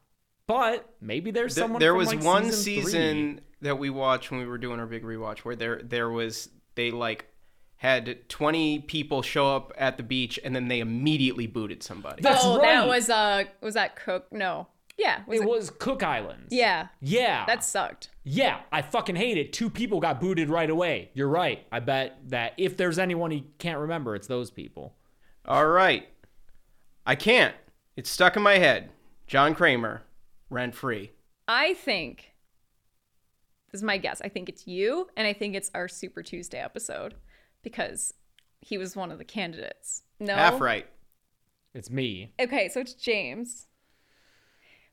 Speaker 5: But maybe there's
Speaker 6: Th-
Speaker 5: someone
Speaker 6: there
Speaker 5: from,
Speaker 6: was
Speaker 5: like,
Speaker 6: one
Speaker 5: season
Speaker 6: season,
Speaker 5: three.
Speaker 6: that we watched when we were doing our big rewatch where there there was they like had 20 people show up at the beach and then they immediately booted somebody.
Speaker 5: That's
Speaker 4: oh,
Speaker 5: right.
Speaker 4: that was uh, was that Cook? No, yeah, was
Speaker 5: it
Speaker 4: it-
Speaker 5: was Ah. Cook Islands.
Speaker 4: yeah,
Speaker 5: Yeah.
Speaker 4: that sucked.
Speaker 5: yeah. I fucking hate it. Two people got booted right away. You're right. I bet that if there's anyone he can't remember, it's those people.
Speaker 6: All right. I can't. It's stuck in my head. John Kramer, rent free.
Speaker 4: I think this is my guess. I think it's you, and I think it's our Super Tuesday episode because he was one of the candidates. No,
Speaker 6: Half right.
Speaker 5: It's me.
Speaker 4: Okay, so it's James.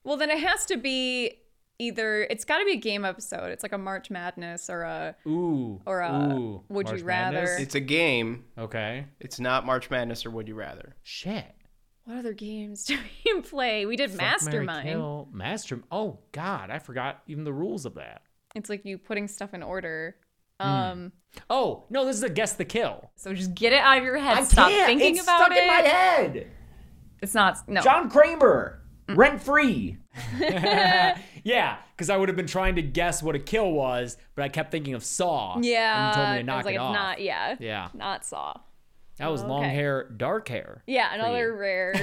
Speaker 4: Well, then it has to be either it's got to be a game episode. It's like a March Madness or a
Speaker 5: Ooh.
Speaker 4: Or, uh,
Speaker 5: Ooh.
Speaker 4: would you
Speaker 5: March Madness?
Speaker 4: rather-
Speaker 6: It's a game.
Speaker 5: Okay.
Speaker 6: It's not March Madness or Would You Rather.
Speaker 5: Shit.
Speaker 4: what other games <laughs> do we play? We did
Speaker 5: Fuck, marry,
Speaker 4: Mastermind.
Speaker 5: kill. Mastermind. Oh God, I forgot even the rules of that.
Speaker 4: It's like you putting stuff in order. Um,
Speaker 5: Oh no, this is a guess the kill.
Speaker 8: So just get it out of your head. Stop thinking
Speaker 5: it's
Speaker 8: about
Speaker 5: stuck
Speaker 8: it.
Speaker 5: in my head.
Speaker 4: it's not no.
Speaker 5: John Kramer,
Speaker 4: Mm. <laughs>
Speaker 5: rent free. yeah, because I would have been trying to guess what a kill was, but I kept thinking of Saw.
Speaker 4: yeah,
Speaker 5: and you told me to
Speaker 4: I
Speaker 5: knock
Speaker 4: was like,
Speaker 5: it
Speaker 4: it's
Speaker 5: off.
Speaker 4: not. Yeah,
Speaker 5: Yeah,
Speaker 4: not Saw.
Speaker 5: that was long
Speaker 4: Okay.
Speaker 5: hair, dark hair.
Speaker 4: Yeah, another
Speaker 5: <laughs>
Speaker 4: rare.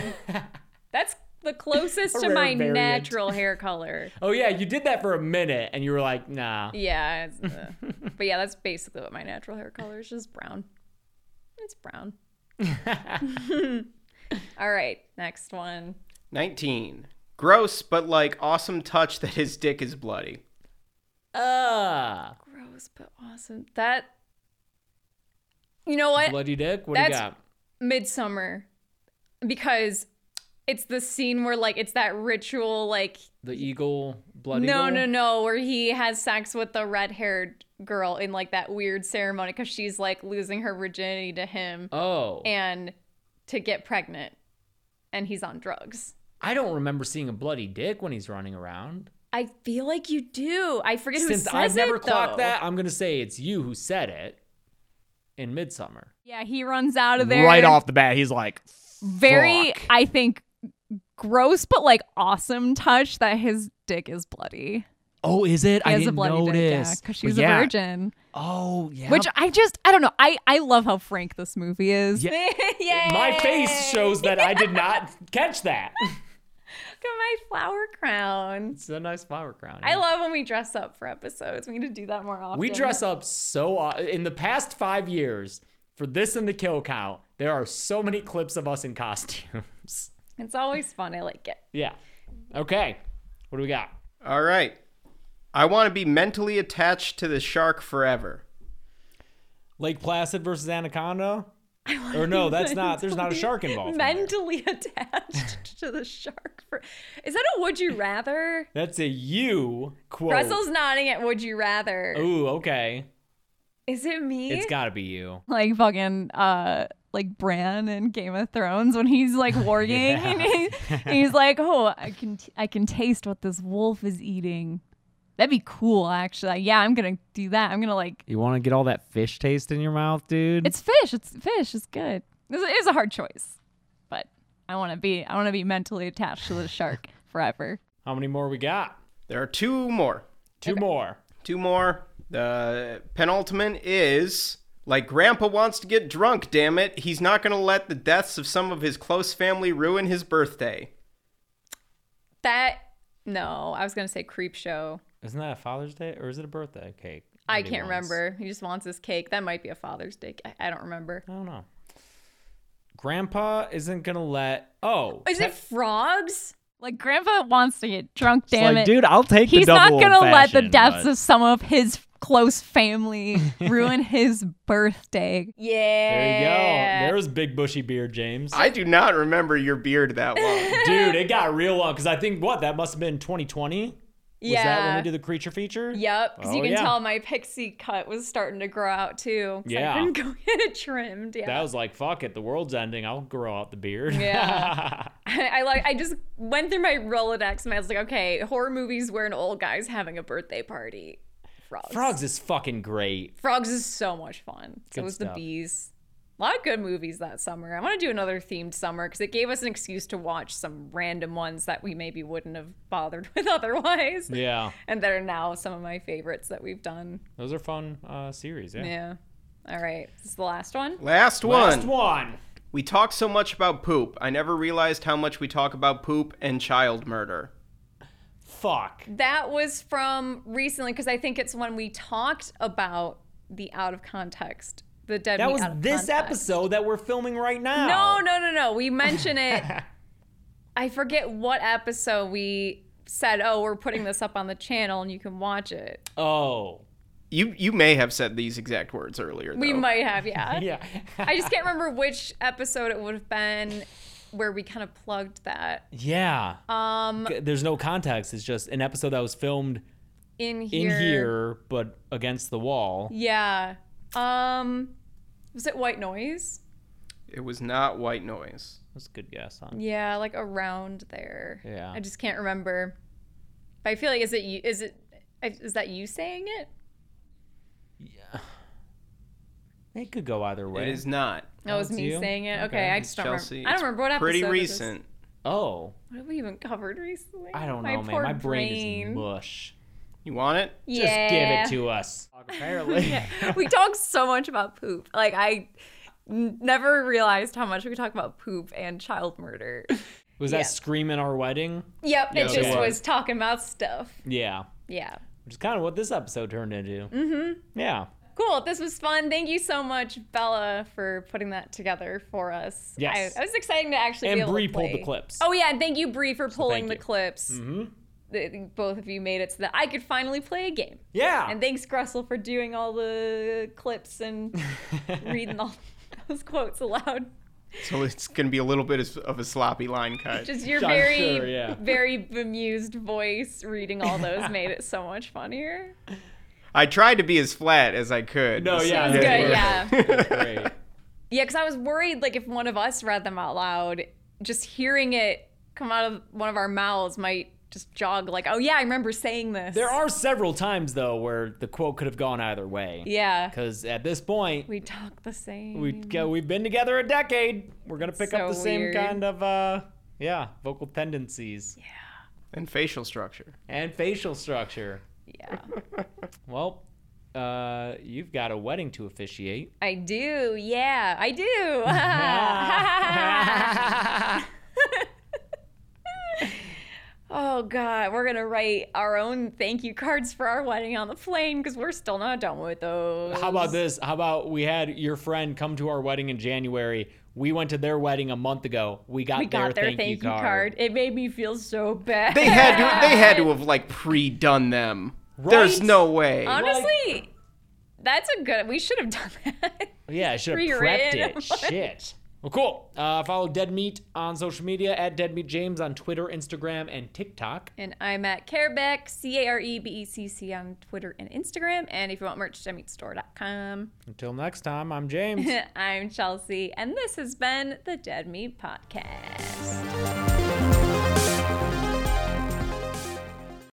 Speaker 4: That's the closest to
Speaker 5: rare
Speaker 4: my
Speaker 5: variant.
Speaker 4: natural hair
Speaker 5: <laughs>
Speaker 4: color.
Speaker 5: Oh yeah, you did that for a minute, and you were like, nah.
Speaker 4: Yeah, it's,
Speaker 5: <laughs>
Speaker 4: uh, but yeah, that's basically what my natural hair color is. Just brown. It's
Speaker 5: <laughs>
Speaker 4: brown. <laughs> All right, next one.
Speaker 6: 19. Gross, but like awesome touch that his dick is bloody.
Speaker 5: Ah,
Speaker 4: Gross, but awesome. That. You know what?
Speaker 5: bloody dick. What do you
Speaker 4: That's-
Speaker 5: got?
Speaker 4: Midsummer, because it's the scene where like it's that ritual like
Speaker 5: The eagle, bloody.
Speaker 4: no no no where he has sex with the red haired girl in like that weird ceremony because she's like losing her virginity to him
Speaker 5: Oh,
Speaker 4: and to get pregnant, and he's on drugs.
Speaker 5: I don't remember seeing a bloody dick when he's running around.
Speaker 4: I feel like you do. I forget who
Speaker 5: Since
Speaker 4: says
Speaker 5: I've never
Speaker 4: it,
Speaker 5: clocked
Speaker 4: though.
Speaker 5: that, I'm gonna say it's you who said it in Midsummer.
Speaker 8: Yeah, he runs out of there
Speaker 1: Right off the bat, he's like,
Speaker 8: Very,
Speaker 1: Fuck.
Speaker 8: I think, gross but like awesome touch that his dick is bloody.
Speaker 7: Oh, is it?
Speaker 8: He
Speaker 7: I
Speaker 8: has
Speaker 7: didn't
Speaker 8: a bloody
Speaker 7: notice.
Speaker 8: dick because
Speaker 7: But
Speaker 8: she's
Speaker 7: yeah.
Speaker 8: a virgin.
Speaker 7: Oh, yeah.
Speaker 8: Which I just, I don't know. I I love how frank this movie is.
Speaker 7: Yeah.
Speaker 4: <laughs> Yay!
Speaker 5: My face shows that I did
Speaker 8: <laughs>
Speaker 5: not
Speaker 7: <laughs>
Speaker 5: catch that.
Speaker 4: Look at my flower crown.
Speaker 5: It's a nice flower crown.
Speaker 4: I love when we dress up for episodes. We need to do that more often.
Speaker 5: We dress up so o- in the past five years for this and the kill count. There are so many clips of us in costumes. <laughs>
Speaker 4: It's always fun. I like it.
Speaker 5: yeah. Okay. What do we got?
Speaker 6: All right. I want to be mentally attached to the shark forever.
Speaker 5: Lake Placid versus Anaconda. Or
Speaker 4: <laughs>
Speaker 5: no,
Speaker 8: <laughs>
Speaker 5: that's not. There's not a shark involved. in there.
Speaker 4: Mentally <laughs> attached to the shark. For, is that a would you rather?
Speaker 5: That's a you quote.
Speaker 4: Russell's nodding at would you rather.
Speaker 5: Ooh, okay.
Speaker 4: Is it me?
Speaker 5: Oh. It's got to be you.
Speaker 8: Like fucking, uh, like Bran in Game of Thrones when he's like warging <laughs> and, he- and he's like, oh, I can t- I can taste what this wolf is eating. That'd be cool, actually. Yeah, I'm gonna do that. I'm gonna like,
Speaker 7: You want to get all that fish taste in your mouth, dude?
Speaker 8: it's fish. It's fish. It's good. It was a hard choice, but I want to be I want to be mentally attached to the shark forever.
Speaker 5: How many more we got?
Speaker 6: There are two more.
Speaker 5: Two more.
Speaker 6: Two more. The penultimate is like grandpa wants to get drunk, damn it. He's not going to let the deaths of some of his close family ruin his birthday.
Speaker 4: that. No, I was gonna say creep show.
Speaker 5: Isn't that a Father's Day or is it a birthday cake?
Speaker 4: I
Speaker 5: that he
Speaker 4: can't
Speaker 5: wants?
Speaker 4: remember. He just wants his cake. That might be a Father's Day. I, I don't remember.
Speaker 5: I don't know. Grandpa isn't gonna let. Oh,
Speaker 4: Is it frogs?
Speaker 8: Like Grandpa wants to get drunk. Damn
Speaker 7: like,
Speaker 8: it,
Speaker 7: dude, I'll take the
Speaker 8: He's not
Speaker 7: double
Speaker 8: gonna let the
Speaker 7: old-fashioned,
Speaker 8: deaths
Speaker 7: but-
Speaker 8: of some of his
Speaker 5: <laughs>
Speaker 8: close family ruin his birthday.
Speaker 5: There you
Speaker 4: Yeah.
Speaker 5: go. There's big bushy beard, James.
Speaker 8: <laughs>
Speaker 6: I do not remember your beard that
Speaker 5: <laughs>
Speaker 6: long.
Speaker 5: Dude, it got real long because I think what that must have been 2020. Was that when
Speaker 4: Yeah.
Speaker 5: we did the creature feature?
Speaker 4: Yep, because
Speaker 5: Oh,
Speaker 4: you can
Speaker 5: yeah.
Speaker 4: tell my pixie cut was starting to grow out too. 'cause
Speaker 5: Yeah.
Speaker 4: I didn't <laughs> go get it trimmed. Yeah.
Speaker 5: That was like, fuck it, the world's ending. I'll grow out the beard.
Speaker 4: Yeah. <laughs> I like I just went through my Rolodex and I was like, okay, horror movies where an old guy's having a birthday party. Frogs.
Speaker 5: <laughs> Frogs is fucking great.
Speaker 4: Frogs is so much fun. So
Speaker 5: Good
Speaker 4: was
Speaker 5: stuff.
Speaker 4: the bees. A lot of good movies that summer. I want to do another themed summer because it gave us an excuse to watch some random ones that we maybe wouldn't have bothered <laughs> with otherwise.
Speaker 5: Yeah.
Speaker 4: And that are now some of my favorites that we've done.
Speaker 5: Those are fun uh, series. Yeah.
Speaker 4: Yeah. All right. This is the last one.
Speaker 6: Last one.
Speaker 5: Last one.
Speaker 6: We talk so much about poop. I never realized how much we talk about poop and child murder.
Speaker 5: Fuck.
Speaker 4: That was from recently because I think it's when we talked about the out of context, the dead.
Speaker 5: That
Speaker 4: meat
Speaker 5: was
Speaker 4: out of
Speaker 5: this
Speaker 4: context.
Speaker 5: episode that we're filming right now.
Speaker 4: No, no, no, no. We mention <laughs> it. I forget what episode we said. Oh, we're putting this up on the channel and you can watch it.
Speaker 5: no. Oh.
Speaker 6: You you may have said these exact words earlier. Though.
Speaker 4: We might have, Oh. <laughs> yeah.
Speaker 5: Yeah. <laughs>
Speaker 4: I just can't remember which episode it would have been where we kind of plugged that
Speaker 5: yeah.
Speaker 4: um
Speaker 5: C- There's no context. It's just an episode that was filmed
Speaker 4: in
Speaker 5: in
Speaker 4: here.
Speaker 5: here, but against the wall.
Speaker 4: Yeah. Um, was it white noise?
Speaker 6: It was not white noise.
Speaker 5: That's a good guess on.
Speaker 4: Yeah, like around there.
Speaker 5: Yeah.
Speaker 4: I just can't remember. But I feel like is it you? Is it is that you saying it?
Speaker 5: It could go either way.
Speaker 6: It is not.
Speaker 4: No, it was
Speaker 5: it's
Speaker 4: me
Speaker 5: you?
Speaker 4: saying it. Okay,
Speaker 5: Okay.
Speaker 4: I
Speaker 6: It's
Speaker 4: just don't
Speaker 6: Chelsea.
Speaker 4: remember. I don't
Speaker 6: It's
Speaker 4: remember what episode.
Speaker 6: Pretty
Speaker 4: it is.
Speaker 6: recent.
Speaker 5: Oh,
Speaker 4: What have we even covered recently?
Speaker 5: I don't know, man.
Speaker 4: poor
Speaker 5: My brain, is mush.
Speaker 6: You want it?
Speaker 4: Yeah.
Speaker 5: Just give it to us. Apparently.
Speaker 4: <laughs> we talk so much about poop. Like I n- never realized how much we talk about poop and child
Speaker 5: <laughs>
Speaker 4: murder.
Speaker 5: Was
Speaker 4: Yeah.
Speaker 5: that scream in our wedding?
Speaker 4: Yep, it
Speaker 5: Okay.
Speaker 4: just was talking about stuff.
Speaker 5: Yeah.
Speaker 4: Yeah.
Speaker 5: Which is kind of what this episode turned into. Mm-hmm. Yeah.
Speaker 4: Cool. This was fun. Thank you so much, Bella, for putting that together for us.
Speaker 5: Yes.
Speaker 4: I, I was excited to actually be
Speaker 5: And
Speaker 4: able
Speaker 5: Bree
Speaker 4: to
Speaker 5: pulled the
Speaker 4: play.
Speaker 5: clips.
Speaker 4: Oh yeah, and thank you, Bree, for pulling
Speaker 5: thank
Speaker 4: the
Speaker 5: you. Mm-hmm.
Speaker 4: clips. The- both of you made it so that I could finally play a game.
Speaker 5: Yeah.
Speaker 4: And thanks, Gressel, for doing all the clips
Speaker 5: <laughs>
Speaker 4: and reading all those quotes aloud.
Speaker 6: So it's gonna be a little bit of- of a
Speaker 4: <laughs>
Speaker 6: sloppy line cut.
Speaker 4: Just your
Speaker 5: I'm
Speaker 4: very,
Speaker 5: sure, yeah.
Speaker 4: very bemused voice reading all
Speaker 5: <laughs>
Speaker 4: those made it so much funnier.
Speaker 6: I tried to be as flat as I could.
Speaker 5: No,
Speaker 4: It
Speaker 5: yeah.
Speaker 4: was
Speaker 5: they
Speaker 4: good,
Speaker 5: were
Speaker 4: yeah.
Speaker 5: Great.
Speaker 4: Yeah, because I was worried, like, if one of us read them out loud, just hearing it come out of one of our mouths might just jog, like, oh, yeah, I remember saying this.
Speaker 5: There are several times though where the quote could have gone either way. <laughs>
Speaker 4: Yeah.
Speaker 5: Because at this point,
Speaker 4: We talk the same.
Speaker 5: we go, we've been together a decade. We're gonna pick up
Speaker 4: So
Speaker 5: the same
Speaker 4: weird.
Speaker 5: kind of uh, yeah, vocal tendencies
Speaker 6: <laughs> And facial structure.
Speaker 5: and facial structure.
Speaker 4: yeah.
Speaker 5: <laughs> Well, uh, you've got a wedding to officiate.
Speaker 4: I do. Yeah, I do. <laughs> oh god, we're gonna write our own thank you cards for our wedding on the plane because we're still not done with those.
Speaker 5: How about this? How about we had your friend come to our wedding in January? We went to their wedding a month ago. We got,
Speaker 4: We got
Speaker 5: their,
Speaker 4: their thank, you card. It made me feel so bad.
Speaker 6: They
Speaker 4: <laughs>
Speaker 6: had to. They had to have like pre-done them. There's
Speaker 5: Right?
Speaker 6: no way.
Speaker 4: Honestly, that's a good. We should have done <laughs> that.
Speaker 5: Yeah, I should have prepped
Speaker 4: Pre-written.
Speaker 5: it. Shit. Well, cool. Uh, follow Dead Meat on social media at Dead Meat James on Twitter, Instagram, and TikTok.
Speaker 4: And I'm at Carebeck, C A R E B E C C on Twitter and Instagram. And if you want merch, deadmeatstore.com.
Speaker 5: Until next time, I'm James.
Speaker 4: I'm Chelsea, and this has been the Dead Meat Podcast.